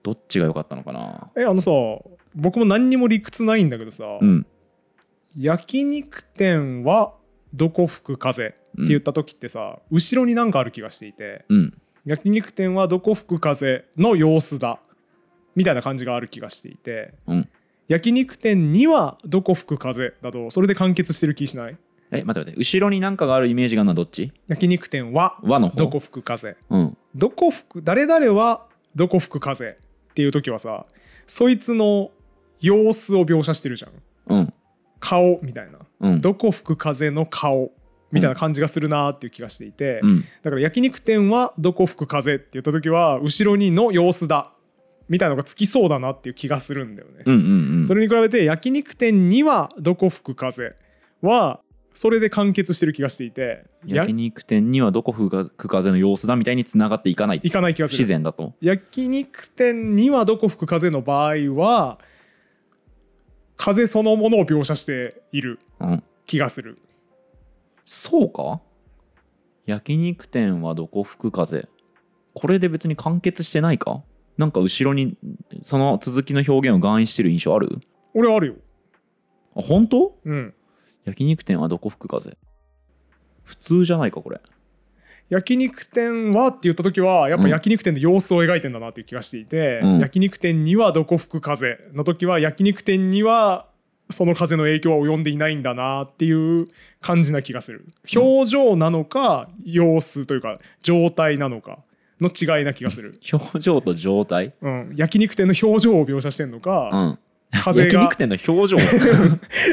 S2: どっちが良かったのかな
S1: えあのさ僕も何にも理屈ないんだけどさ、
S2: うん
S1: 焼肉店はどこ吹く風って
S2: うん
S1: 言った時ってさ、後ろになんかある気がしていて
S2: うん
S1: 焼肉店はどこ吹く風の様子だみたいな感じがある気がしていて
S2: うん
S1: 焼肉店にはどこ吹く風だとそれで完結してる気しない
S2: え待って待って後ろに何かがあるイメージがあるのはどっち
S1: 焼肉店は
S2: 和の方
S1: どこ吹く風
S2: うん
S1: どこ吹く誰々はどこ吹く風っていう時はさそいつの様子を描写してるじゃん
S2: うん
S1: 顔みたいな
S2: うん
S1: どこ吹く風の顔みたいな感じがするなーっていう気がしていて、
S2: うん
S1: だから焼肉店はどこ吹く風って言った時は後ろにの様子だみたいなのがつきそうだなっていう気がするんだよね、
S2: うんうん
S1: それに比べて焼肉店にはどこ吹く風はそれで完結してる気がしていてや
S2: 焼肉店にはどこ吹く風の様子だみたいに繋がっていかない
S1: いかない気がす
S2: 不自
S1: る
S2: 然だと
S1: 焼肉店にはどこ吹く風の場合は風そのものを描写している
S2: うん
S1: 気がする
S2: そうか焼肉店はどこ吹く風これで別に完結してないかなんか後ろにその続きの表現を含意してる印象ある
S1: 俺はあるよ
S2: あ本当
S1: うん
S2: 焼肉店はどこ吹く風普通じゃないかこれ
S1: 焼肉店はって言った時はやっ
S2: う
S1: ぱ
S2: ん
S1: 焼肉店の様子を描いてんだなっていう気がしていて、
S2: うん、
S1: 焼肉店にはどこ吹く風の時は焼肉店にはその風の影響は及んでいないんだなっていう感じな気がする表情なのか様子というか状態なのかの違いな気がする
S2: 表情と状態
S1: うん、焼肉店の表情を描写してんの
S2: う
S1: か、
S2: ん
S1: 風
S2: 焼
S1: が
S2: 肉店の表 情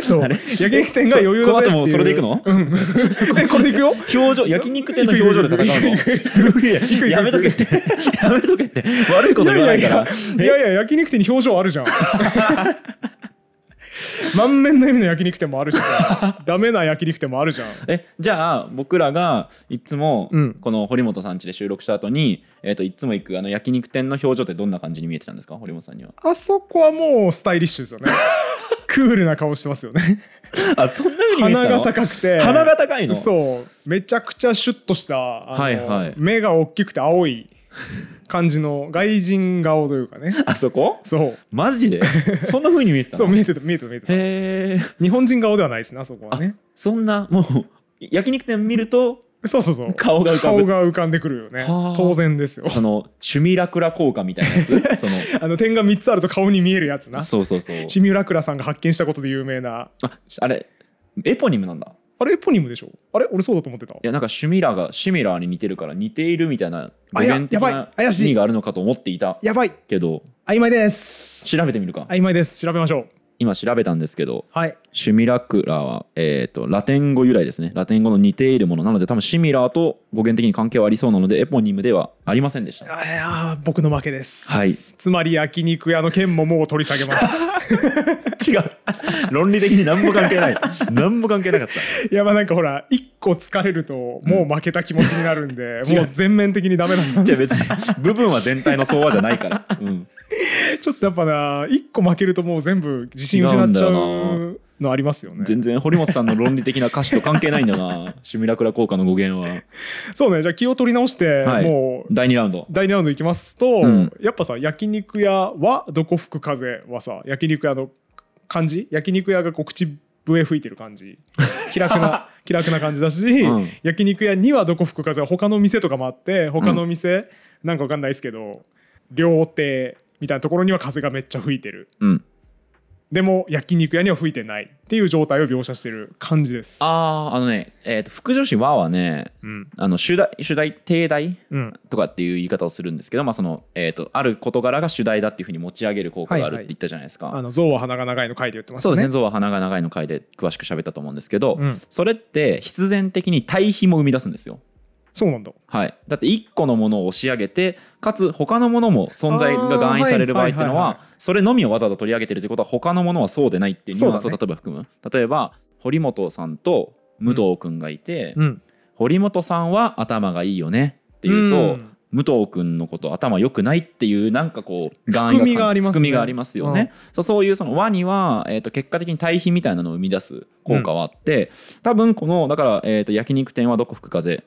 S1: そう
S2: あれ
S1: 焼肉店が余裕だぜっていう
S2: この後もそれでいくの
S1: うんえこれでいくよ
S2: 表情焼肉店の表情で戦 うのいやいややめとけって やめとけって悪いこと言わないから
S1: いやいやいやいやいや焼肉店に表情あるじゃん満面の笑みの焼肉店もあるしさダメな焼肉店もあるじゃん
S2: えじゃあ僕らがいつも
S1: うん
S2: この堀本さん家で収録した後に、えっといつも行くあの焼肉店の表情ってどんな感じに見えてたんですか堀本さんには
S1: あそこはもうスタイリッシュですよねクールな顔してますよね
S2: あそんな風に見えて
S1: 鼻
S2: た
S1: が
S2: の
S1: 高くて
S2: 鼻が高いの
S1: そうめちゃくちゃシュッとしたあの
S2: はいはい
S1: 目が大きくて青い感じの外人顔というかね
S2: あそこ
S1: そう
S2: マジ でそんな風に見えてた
S1: そう
S2: の
S1: 見えてた見えてた見えてた
S2: へえ
S1: 日本人顔ではないですねあそこはね
S2: そんなもう焼肉店見ると
S1: そうそうそう
S2: 顔が浮かぶ
S1: 顔が浮かんでくるよね
S2: はあ
S1: 当然です よ
S2: そのシュミラクラ効果みたいなや つその
S1: あの点が3つあると顔に見えるやつな。
S2: そうそうそう
S1: シミュラクラさんが発見したことで有名な。
S2: ああれエポニムなんだ
S1: あれエポニムでしょあれ俺そうだと思ってた
S2: いやなんかシュミラーがシュミラーに似てるから似ているみたいな語
S1: あや
S2: 源的
S1: や
S2: な
S1: ばい
S2: 意
S1: 怪しい
S2: 味があるのかと思っていた
S1: やばい
S2: けど
S1: 曖昧です
S2: 調べてみるか
S1: 曖昧です調べましょう
S2: 今調べたんですけど
S1: はい
S2: シュミラクラは、えー、とラテン語由来ですねラテン語の似ているものなので多分シミラーと語源的に関係はありそうなのでエポニムではありませんでした
S1: あいやー僕の負けです
S2: はい
S1: つまり焼肉屋の件ももう取り下げます
S2: 違う論理的に何も関係ない何も関係なかった
S1: いやまあなんかほら一個疲れるともう負けた気持ちになるん で、
S2: 違う
S1: もう全面的にダメなんだ
S2: じゃあ別に部分は全体の総和じゃないから、うん、
S1: ちょっとやっぱな一個負けるともう全部自信失っちゃ
S2: 違うん
S1: うのありますよね
S2: 全然堀本さんの論理的な歌詞と関係ないんだなシュミラクラ効果の語源は、
S1: そうねじゃあ気を取り直して、
S2: はい、
S1: もう
S2: 第2ラウンド
S1: 第2ラウンドいきますと、
S2: うん
S1: やっぱさ焼肉屋はどこ吹く風はさ焼肉屋の感じ焼肉屋がこう口笛吹いてる感じ気楽 な気楽な感じだし、
S2: うん
S1: 焼肉屋にはどこ吹く風は他の店とかもあって他の店、なんかわかんないですけど料亭みたいなところには風がめっちゃ吹いてる
S2: うん
S1: でも焼肉屋には吹いてないっていう状態を描写してる感じです
S2: あああのね、えー、と副助詞和はね
S1: うん
S2: あの主題主題定題
S1: うん
S2: とかっていう言い方をするんですけど、まあそのえー、とある事柄が主題だっていうふうに持ち上げる効果があるって言ったじゃないですか。
S1: あの象は鼻が長いの書いて言ってました
S2: そう
S1: ね
S2: ですね象は鼻が長いの回で詳しく喋ったと思うんですけど、
S1: うん
S2: それって必然的に対比も生み出すんですよ。
S1: そうなんだ
S2: はい、だって1個のものを押し上げてかつ他のものも存在が含意される場合っていうの
S1: あーはいはいはい
S2: はそれのみをわざわざ取り上げてるということは他のものはそうでないっていうニュアンスを
S1: そうだ
S2: 例えば含む、例えば堀本さんと武藤君がいて、
S1: うん
S2: 堀本さんは頭がいいよねっていうと、
S1: うん
S2: 武藤君のこと頭良くないっていうなんかこう含
S1: 含みがありますね
S2: 含みがありますよね、そうそういうその和には、えー、と結果的に対比みたいなのを生み出す効果はあって、多分このだから、えー、と焼肉店はどこ吹く風っ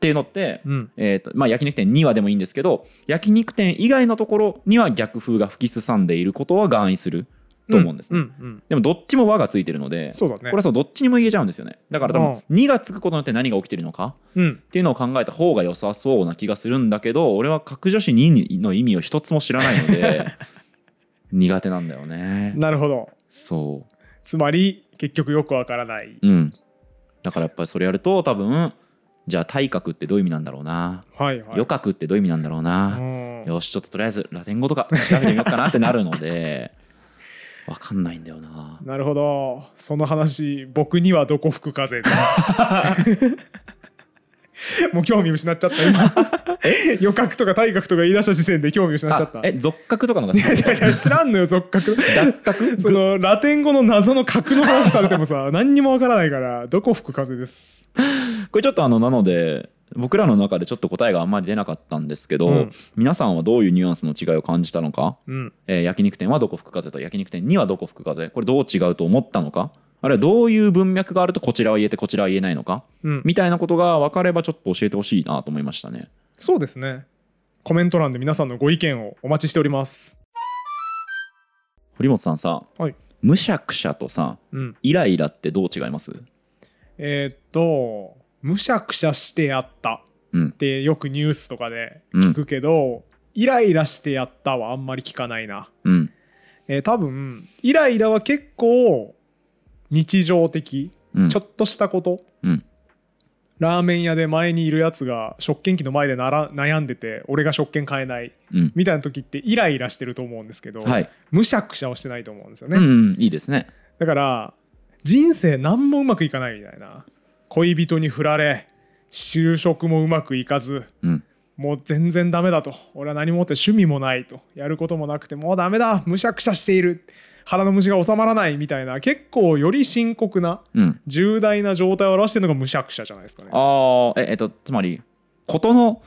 S2: ていうのって、
S1: うん
S2: えーとまあ、焼肉店にはでもいいんですけど焼肉店以外のところには逆風が吹きすさんでいることは含意すると思うんですね、
S1: うんうん
S2: でもどっちも和がついてるので
S1: そうだね
S2: これはそうどっちにも言えちゃうんですよねだから多
S1: う
S2: 分「に」がつくことによって何が起きてるのか
S1: うん
S2: っていうのを考えた方が良さそうな気がするんだけど俺は格助詞2の意味を一つも知らないの で苦手なんだよね
S1: なるほど
S2: そ
S1: つまり結局よくわからない、
S2: ううんだからやっぱりそれやると多分じゃあ体格ってどういう意味なんだろうな
S1: はいはい
S2: 余格ってどういう意味なんだろう
S1: う
S2: な、
S1: ん
S2: よしちょっととりあえずラテン語とか調べてみようかなってなるのでわかんないんだよな
S1: なるほどその話僕にはどこ吹く 風ですもう興味失っちゃった今余格とか体格とか言い出した時点で興味失っちゃっ
S2: あ
S1: た
S2: え俗格とかのが好
S1: い
S2: き
S1: やいやいや知らんのよ俗 格
S2: 脱格
S1: そのラテン語の謎の格の話されてもさ何にもわからないからどこ吹く風です
S2: これちょっとあのなので僕らの中でちょっと答えがあんまり出なかったんですけど、
S1: うん
S2: 皆さんはどういうニュアンスの違いを感じたのか、
S1: うん
S2: えー焼肉店はどこ吹く風と焼肉店にはどこ吹く風これどう違うと思ったのかあるいはどういう文脈があるとこちらは言えてこちらは言えないのか
S1: うん
S2: みたいなことが分かればちょっと教えてほしいなと思いましたね
S1: そうですねコメント欄で皆さんのご意見をお待ちしております
S2: 堀本さんさ、
S1: はい
S2: むしゃくしゃとさ
S1: うん
S2: イライラってどう違います
S1: えーっとむしゃくしゃしてやった
S2: うん
S1: ってよくニュースとかで聞くけど、イライラしてやったはあんまり聞かないな、
S2: うん
S1: えー多分イライラは結構日常的
S2: うん
S1: ちょっとしたこと、
S2: うん
S1: ラーメン屋で前にいるやつが食券機の前でなら悩んでて俺が食券買えない
S2: うん
S1: みたいな時ってイライラしてると思うんですけど、
S2: はい、
S1: むしゃくしゃはしてないと思うんですよね、
S2: うんうんいいですね
S1: だから人生何もうまくいかないみたいな恋人に振られ就職もうまくいかず
S2: うん
S1: もう全然ダメだと俺は何も持って趣味もないとやることもなくてもうダメだむしゃくしゃしている腹の虫が収まらないみたいな結構より深刻な
S2: うん
S1: 重大な状態を表してるのがむしゃくしゃじゃないですかね
S2: ああええっとつまりことの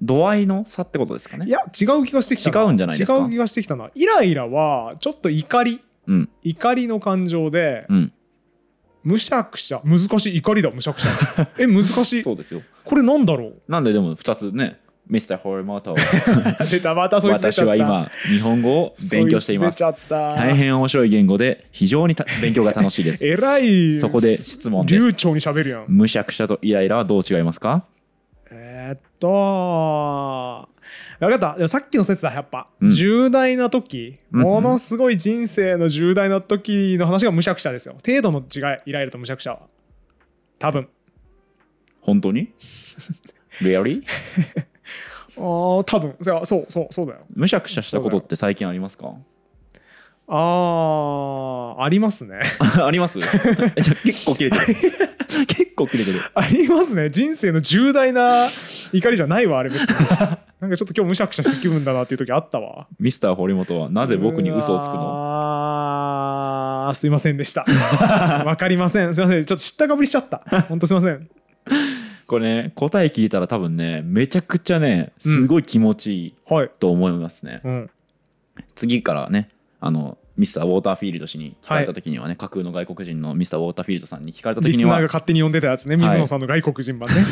S2: 度合いの差ってことですかね
S1: いや違う気がしてきた
S2: 違うんじゃないですか
S1: 違う気がしてきたなイライラはちょっと怒り
S2: うん
S1: 怒りの感情で
S2: うん
S1: むしゃくしゃ難しい怒りだむしゃくし ゃえ難しい
S2: そうですよ
S1: これなんだろう
S2: なんででも2つね Mr. ホルモート
S1: 出たまたそいつ出ち
S2: 私
S1: ゃった
S2: は今日本語を勉強しています
S1: そつ出ちゃった
S2: 大変面白い言語で非常にた勉強が楽しいです
S1: えらい
S2: そこで質問で
S1: 流
S2: す
S1: 暢に喋るやん
S2: むしゃくしゃとイライラはどう違いますか
S1: えーっと分かったでもさっきの説だやっぱ、
S2: うん
S1: 重大な時
S2: うんうん
S1: ものすごい人生の重大な時の話がむしゃくしゃですよ程度の違いイライラとむしゃくしゃは多分
S2: 本当に ?Really?
S1: ああ多分じゃあそうそうそうだよ
S2: むしゃくしゃしたことって最近ありますか
S1: ああありますね
S2: ありま すじゃあ結構切れてる。 結構切れてる。
S1: ありますね人生の重大な怒りじゃないわあれ 別になんかちょっと今日むしゃくしゃした気分だなっていう時あったわ
S2: ミスター堀本はなぜ僕に嘘をつくの
S1: あーすいませんでした わかりませんすいませんちょっと知ったかぶりしちゃったほんとすいません
S2: これね答え聞いたら多分ねめちゃくちゃねすごい気持ちいい
S1: はい
S2: と思いますね、
S1: うん
S2: 次からねあのミスター・ウォーターフィールド氏に聞かれた時にはね、架空の外国人のミスター・ウォーターフィールドさんに聞かれた
S1: リ
S2: 時に
S1: スナーが
S2: は
S1: 勝手に呼んでたやつね水野さんの外国人版ね、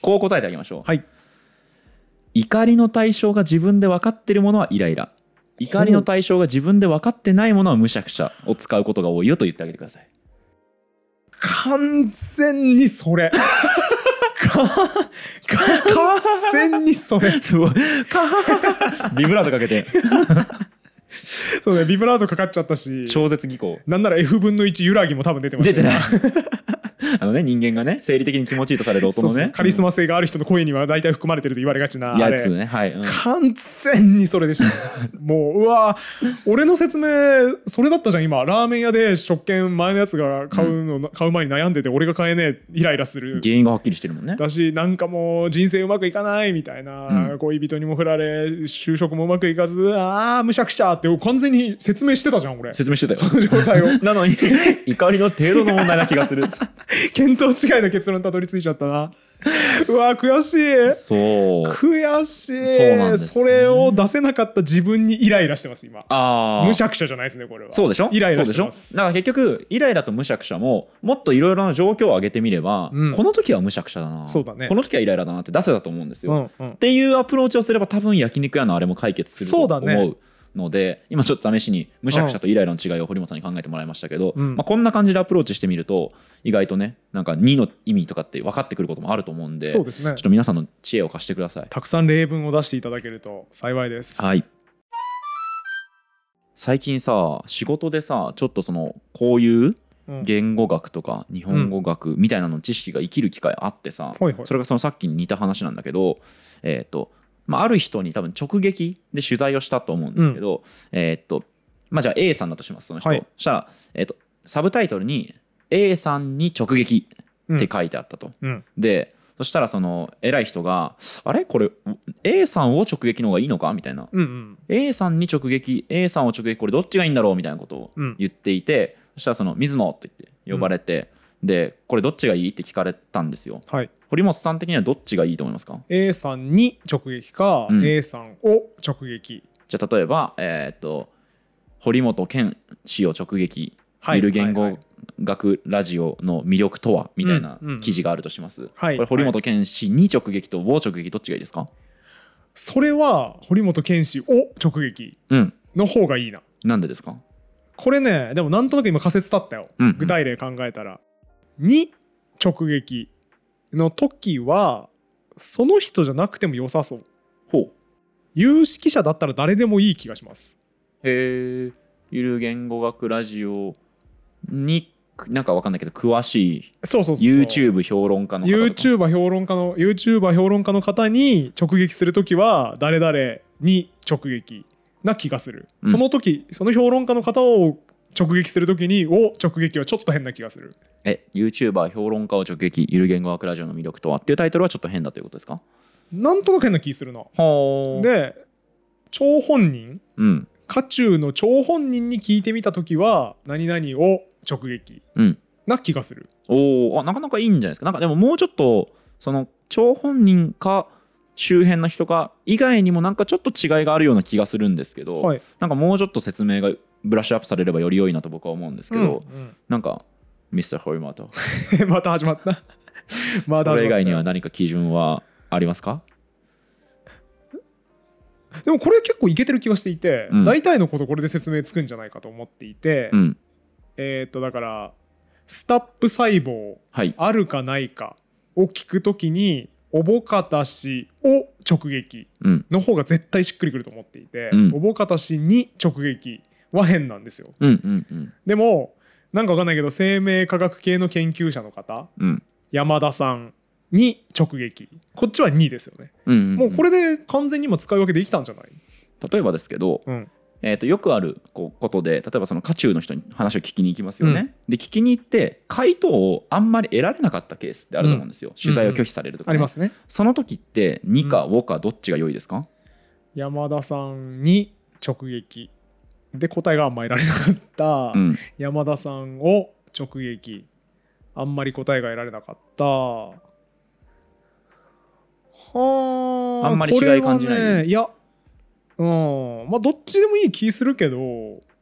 S2: こう答えてあげましょう、
S1: はい
S2: 怒りの対象が自分で分かってるものはイライラ怒りの対象が自分で分かってないものはむしゃくしゃを使うことが多いよと言ってあげてください
S1: 完全にそれか完全にそれ
S2: すごい ビブラートかけて
S1: そうねビブラートかかっちゃったし
S2: 超絶技巧
S1: なんなら F 分の1揺らぎも多分出てまし
S2: 出
S1: た
S2: て
S1: よ
S2: ない あのね人間がね生理的に気持ちいいとされる音
S1: そ
S2: の
S1: うそう
S2: ね
S1: カリスマ性がある人の声には大体含まれてると言われがちなあ
S2: や
S1: れ
S2: つねはい、うん
S1: 完全にそれでした もううわ俺の説明それだったじゃん今ラーメン屋で食券前のやつが買うの、買う前に悩んでて俺が買えねえイライラする
S2: 原因がはっきりしてるもんね
S1: だしなんかもう人生うまくいかないみたいな、
S2: うん
S1: 恋人にも振られ就職もうまくいかずああむしゃくしゃって完全に説明してたじゃん俺そ
S2: 説明してたよ
S1: の状態を
S2: なのに 怒りの程度の問題な気がする
S1: 見当違いの結論にたどり着いちゃったなうわ悔しい
S2: そう
S1: 悔しい
S2: そうなんですね
S1: それを出せなかった自分にイライラしてます今
S2: ああ
S1: むしゃくしゃじゃないですねこれは
S2: そうでしょ
S1: イライラ
S2: そ
S1: し
S2: うでしてょ
S1: ます
S2: だから結局イライラとむしゃくしゃももっといろいろな状況を上げてみれば、
S1: うん
S2: この時はむしゃくしゃだな
S1: そうだね
S2: この時はイライラだなって出せたと思うんですよ、っ
S1: うんうん
S2: ていうアプローチをすれば多分焼肉屋のあれも解決すると
S1: そう
S2: 思
S1: だ
S2: う
S1: ね
S2: ので、今ちょっと試しにむしゃくしゃとイライラの違いを堀本さんに考えてもらいましたけど、
S1: うん
S2: まあ、こんな感じでアプローチしてみると意外とねなんか2の意味とかって分かってくることもあると思うんで
S1: そうですね
S2: ちょっと皆さんの知恵を貸してください。
S1: たくさん例文を出していただけると幸いです
S2: はい最近さ仕事でさちょっとそのこういう
S1: うん
S2: 言語学とか日本語学みたいなの知識が生きる機会あってさ、
S1: はいはい
S2: それがそのさっきに似た話なんだけど、えーとまあ、ある人に多分直撃で取材をしたと思うんですけど、えーとまあ、じゃあ A さんだとしますその人、
S1: はい
S2: そしたら、えー、とサブタイトルに「A さんに直撃」って書いてあったと。
S1: うん
S2: でそしたらその偉い人が「あれこれ A さんを直撃の方がいいのか?」みたいな
S1: うんうん
S2: A さんに直撃 A さんを直撃これどっちがいいんだろうみたいなことを
S1: うん
S2: 言っていて、そしたらその水野って言って呼ばれて、でこれどっちがいいって聞かれたんですよ
S1: はい、
S2: 堀本さん的にはどっちがいいと思いますか
S1: A さんに直撃か、
S2: うん
S1: A さんを直撃
S2: じゃあ例えばえーっと堀本健氏を直撃
S1: はい
S2: ゆる言
S1: はい
S2: 語
S1: はい
S2: 学ラジオの魅力とはみたいな
S1: うんうん
S2: 記事があるとします、
S1: はい
S2: これ堀本健氏に直撃とを直撃どっちがいいですか
S1: それは堀本健志を直撃
S2: うん
S1: の方がいいな
S2: なんでですか
S1: これねでもなんとなく今仮説立ったよ、
S2: うんうん
S1: 具体例考えたらに直撃の時はその人じゃなくても良さそう
S2: ほう
S1: 有識者だったら誰でもいい気がします
S2: へえゆる言語学ラジオになんかわかんないけど詳し
S1: そうそう
S2: い
S1: そうそう
S2: YouTube 評論家の方とか
S1: YouTuber 評論家の YouTuber 評論家の方に直撃するときは誰々に直撃な気がする、
S2: うん
S1: その時その評論家の方を直撃するときにを直撃はちょっと変な気がする
S2: え YouTuber 評論家を直撃ゆる言語学ラジオの魅力とはっていうタイトルはちょっと変だということですか
S1: なんとなく変な気するな
S2: ほー
S1: で張本人
S2: うん
S1: 渦中の張本人に聞いてみた時は何々を直撃
S2: うん
S1: な気がする
S2: おおなかなかいいんじゃないですかなんかでももうちょっとその張本人か周辺の人か以外にもなんかちょっと違いがあるような気がするんですけど、
S1: はい
S2: なんかもうちょっと説明がブラッシュアップされればより良いなと僕は思うんですけど、
S1: うん
S2: なんか Mr. ホイマート
S1: うんまた始まった また始まった
S2: それ以外には何か基準はありますか
S1: でもこれ結構いけてる気がしていて、
S2: うん
S1: 大体のことこれで説明つくんじゃないかと思っていて、
S2: うん
S1: えーっとだからスタップ細胞
S2: はい
S1: あるかないかを聞くときにおぼかた氏を直撃
S2: うん
S1: の方が絶対しっくりくると思っていて、
S2: うん
S1: おぼかた氏に直撃は変なんですよ
S2: うんうんうん
S1: でもなんかわかんないけど生命科学系の研究者の方
S2: うん
S1: 山田さんに直撃こっちは2ですよね、
S2: うんうんん
S1: もうこれで完全に今使い分けできたんじゃない、
S2: 例えばですけど、
S1: うん
S2: えー、とよくあるこうことで例えばその渦中の人に話を聞きに行きますよね、
S1: うん
S2: で聞きに行って回答をあんまり得られなかったケースってあると思うんですよ、取材を拒否されるとか
S1: あ
S2: ね、
S1: りますね
S2: その時って2か5かどっちが良いですか、
S1: 山田さんに直撃で答えがあんまり得られなかった、
S2: うん
S1: 山田さんを直撃あんまり答えが得られなかったはあ
S2: あんまり違い感じない
S1: これはねいやうんまあどっちでもいい気するけど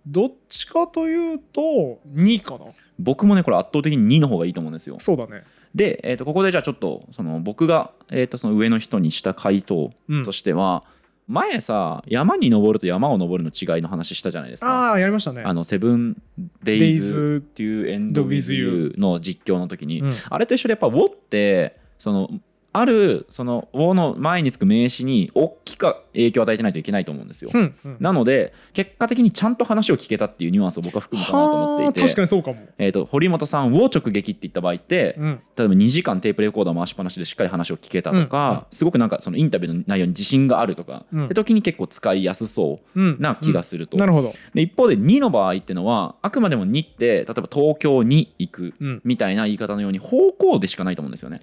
S1: どっちかというと2かな
S2: 僕もねこれ圧倒的に2の方がいいと思うんですよ
S1: そうだね
S2: で、えー、とここでじゃあちょっとその僕が、えー、とその上の人にした回答
S1: うん
S2: としては、前さ山に登ると山を登るの違いの話したじゃないですか
S1: ああやりましたね
S2: あの「セブン・デ
S1: デイ
S2: イズ・
S1: ズ
S2: っていうエンド・ウィズ・ユーの実況の時に、
S1: うん
S2: あれと一緒でやっぱ「ウォ」ってそのあるその「ウォ」の前につく名詞に大きく影響を与えてないといけないと思うんですよ。
S1: うんうん
S2: なので結果的にちゃんと話を聞けたっていうニュアンスを僕は含むかなと思
S1: は
S2: っ
S1: あ
S2: てい
S1: 確か
S2: て。
S1: にそうかも、
S2: えー、と堀本さんを直撃って言った場合って、
S1: うん、
S2: 例えば2時間テープレコーダー回しっぱなしでしっかり話を聞けたとか、すごくなんかそのインタビューの内容に自信があるとか、
S1: うん
S2: って時に結構使いやすそ
S1: うん
S2: うな気がすると、
S1: なるほど
S2: で一方で2の場合ってのはあくまでも2って例えば東京に行く
S1: うん
S2: みたいな言い方のように方向でしかないと思うんですよね。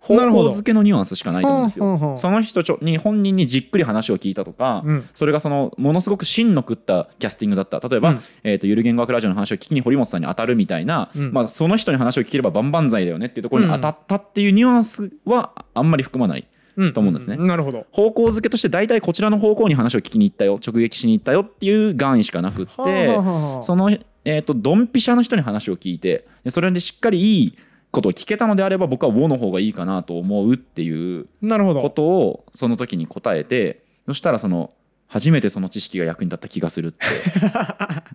S2: 方
S1: なるほ
S2: 向
S1: ど
S2: 付けのニュアンスしかないと思うんですよ。
S1: はあはあはあ
S2: その人ちょに本人にじっくり話を聞いたとか、
S1: うん
S2: それがそのものすごく芯の食ったキャスティングだった例えば、
S1: うん
S2: えー、とゆる言語学ラジオの話を聞きに堀本さんに当たるみたいな、
S1: うん
S2: まあ、その人に話を聞ければ万々歳だよねっていうところに当たったっていうニュアンスはあんまり含まない。と思うんですね
S1: なるほど
S2: 方向付けとして大体こちらの方向に話を聞きに行ったよ直撃しに行ったよっていう願意しかなくって、
S1: はあはあはあ
S2: その、えー、とドンピシャの人に話を聞いてでそれでしっかりいいことを聞けたのであれば僕は「ウォ」の方がいいかなと思うっていう
S1: なるほど
S2: ことをその時に答えてそしたらその初めてその知識が役に立った気がするって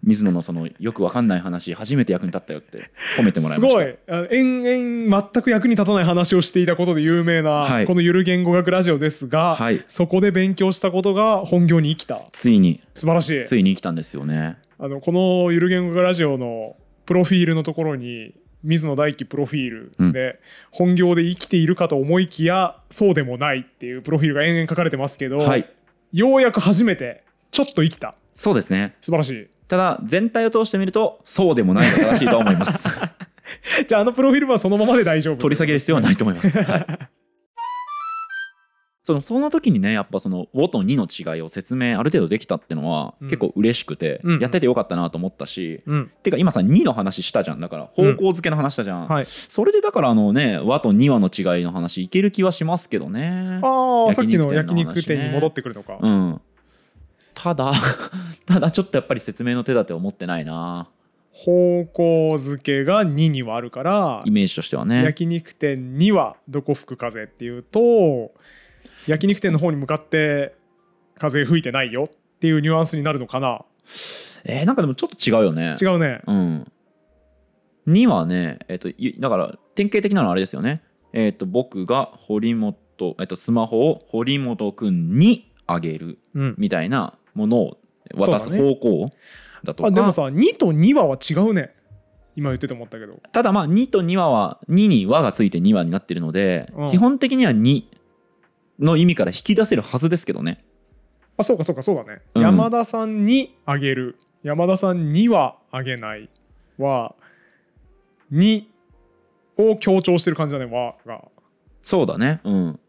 S2: 水野のそのよくわかんない話初めて役に立ったよって褒めてもらい
S1: す
S2: ました
S1: ごいあ延々全く役に立たない話をしていたことで有名な、
S2: はい
S1: このゆる言語学ラジオですが、
S2: はい
S1: そこで勉強したことが本業に生きた
S2: ついに
S1: 素晴らしい
S2: ついに来たんですよね
S1: あのこのゆる言語学ラジオのプロフィールのところに水野大輝プロフィールで、本業で生きているかと思いきやそうでもないっていうプロフィールが延々書かれてますけど、
S2: はい
S1: ようやく初めてちょっと生きた
S2: そうですね
S1: 素晴らしい
S2: ただ全体を通してみるとそうでもないが正しいとは思います
S1: じゃああのプロフィールはそのままで大丈夫
S2: 取り下げる必要はないと思いま す、はいそのその時にねやっぱその「5」と「2」の違いを説明ある程度できたってのは
S1: うん
S2: 結構嬉しくて、
S1: うん
S2: やっててよかったなと思ったし、
S1: うん
S2: てか今さ2の話したじゃんだから方向付けの話したじゃん、
S1: はい
S2: それでだからあのね和と2話の違いの話いける気はしますけどね
S1: ああさっきの焼
S2: 焼肉店の話ね
S1: 肉店に戻ってくるのか、
S2: うんただ ただちょっとやっぱり説明の手立てを持ってないな
S1: 方向付けが2にはあるから
S2: イメージとしてはね
S1: 焼肉店にはどこ吹く風っていうと焼肉店の方に向かって風吹いてないよっていうニュアンスになるのかな
S2: えーなんかでもちょっと違うよね
S1: 違うね
S2: うん2はねえっ、といだから典型的なのはあれですよねえっ、と僕が堀本えっ、とスマホを堀本くんにあげる
S1: うん
S2: みたいなものを渡す
S1: そうだね
S2: 方向だとか
S1: あでもさ2と2はは違うね今言ってて思ったけど
S2: ただまあ2と2話は2に和がついて2話になってるので、
S1: うん
S2: 基本的には2の意味から引き出せるはずですけどね
S1: あそうかそうかそうだね、
S2: うん
S1: 山田さんにあげる山田さんにはあげないは2を強調してる感じだね和が
S2: そうだねうん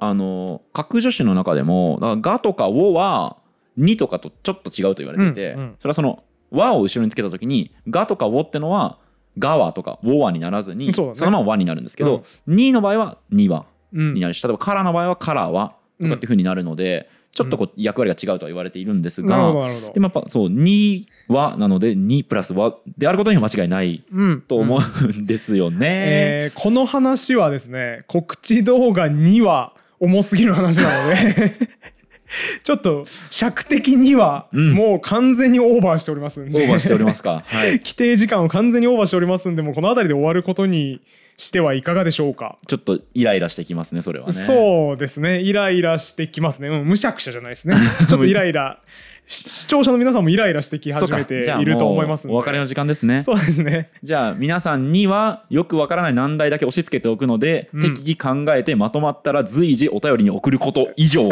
S2: あの各助詞の中でもだから「が」とか「を」は2とかとちょっと違うと言われていて、
S1: うんうん
S2: それはその「和」を後ろにつけた時に「が」とか「を」ってのは「がわ」とか「をわ」にならずに
S1: そうだね
S2: のまま「和」になるんですけど、2の場合は「にわ」
S1: うん
S2: になるし例えば「から」の場合は「からは」とかっていうふうになるので、ちょっとこう役割が違うとは言われているんですが、
S1: なるほどなるほど
S2: でもやっぱそう2はなので2プラスはであることには間違いない
S1: うん
S2: と思うんですよね。
S1: えーこの話はですね告知動画には重すぎる話なの でちょっと尺的には
S2: うん
S1: もう完全にオーバーしておりますんで、
S2: オーバーしておりますか。はい。
S1: 規定時間を完全にオーバーしておりますんでもうこの辺りで終わることにしてはいかがでしょうか、
S2: ちょっとイライラしてきますねそれはね。
S1: そうですねイライラしてきますね、うん、むしゃくしゃじゃないですねちょっとイライラ視聴者の皆さんもイライラしてき始めていると思います
S2: そうかじゃあもうお別れの時間ですね
S1: そうですね
S2: じゃあ皆さんにはよくわからない難題だけ押し付けておくので、
S1: うん
S2: 適宜考えてまとまったら随時お便りに送ること 以上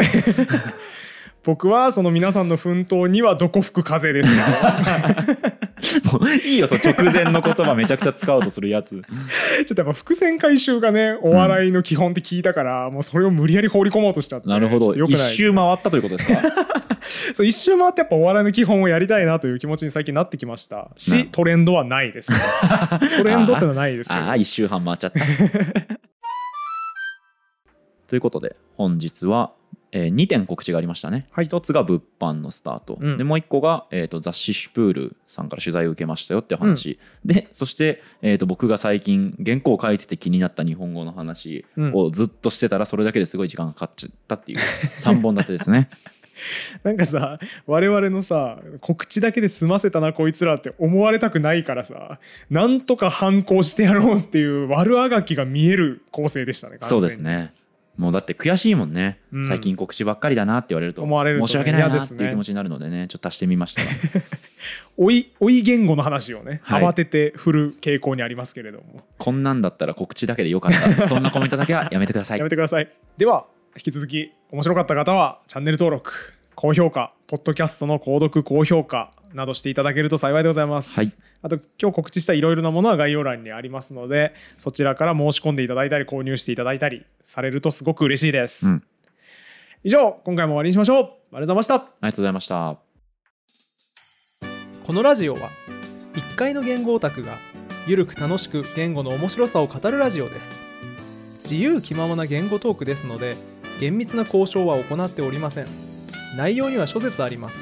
S1: 僕はその皆さんの奮闘にはどこ吹く風ですが
S2: もういいよその直前の言葉めちゃくちゃ使おうとするやつ
S1: ちょっとやっぱ伏線回収がねお笑いの基本って聞いたから、もうそれを無理やり放り込もうとしちゃって、
S2: なるほ
S1: ちょ
S2: ど
S1: っと良く
S2: 一
S1: ない
S2: 周回ったということですか
S1: そう一周回ってやっぱお笑いの基本をやりたいなという気持ちに最近なってきました
S2: な
S1: しトレンドはない ですトレンドってのはないですけど
S2: ああ一周半回っちゃった ということで本日は、えー、2点告知がありましたね、
S1: はい
S2: 一つが物販のスタート、
S1: うん
S2: でもう一個が、えー、と雑誌「シュプール」さんから取材を受けましたよっていう話、でそして、えー、と僕が最近原稿を書いてて気になった日本語の話をずっとしてたらそれだけですごい時間がかかっちゃったっていう3 本立 てですね
S1: なんかさ我々のさ告知だけで済ませたなこいつらって思われたくないからさなんとか反抗してやろうっていう悪あがきが見える構成でしたね
S2: そうです
S1: 完全に
S2: ねもうだって悔しいもんね、
S1: うん
S2: 最近告知ばっかりだなって言われると
S1: 思われるとね
S2: 申し訳ない
S1: 嫌
S2: な
S1: で
S2: っ
S1: す
S2: て
S1: ね
S2: いう気持ちになるのでねちょっと足してみましたが
S1: 追い追い言語の話をね、
S2: はい
S1: 慌てて振る傾向にありますけれども
S2: こんなんだったら告知だけでよかった。そんなコメントだけはやめてください
S1: やめ。てくださいでは引き続き面白かった方はチャンネル登録高評価ポッドキャストの購読高評価などしていただけると幸いでございます、
S2: はい
S1: あと今日告知したいろいろなものは概要欄にありますのでそちらから申し込んでいただいたり購入していただいたりされるとすごく嬉しいです、
S2: うん
S1: 以上今回も終わりにしましょうありがとうございました
S2: ありがとうございました。
S1: このラジオは1階の言語オタクがゆるく楽しく言語の面白さを語るラジオです自由気ままな言語トークですので厳密な交渉は行っておりません内容には諸説あります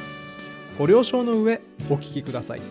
S1: ご了承の上お聞きください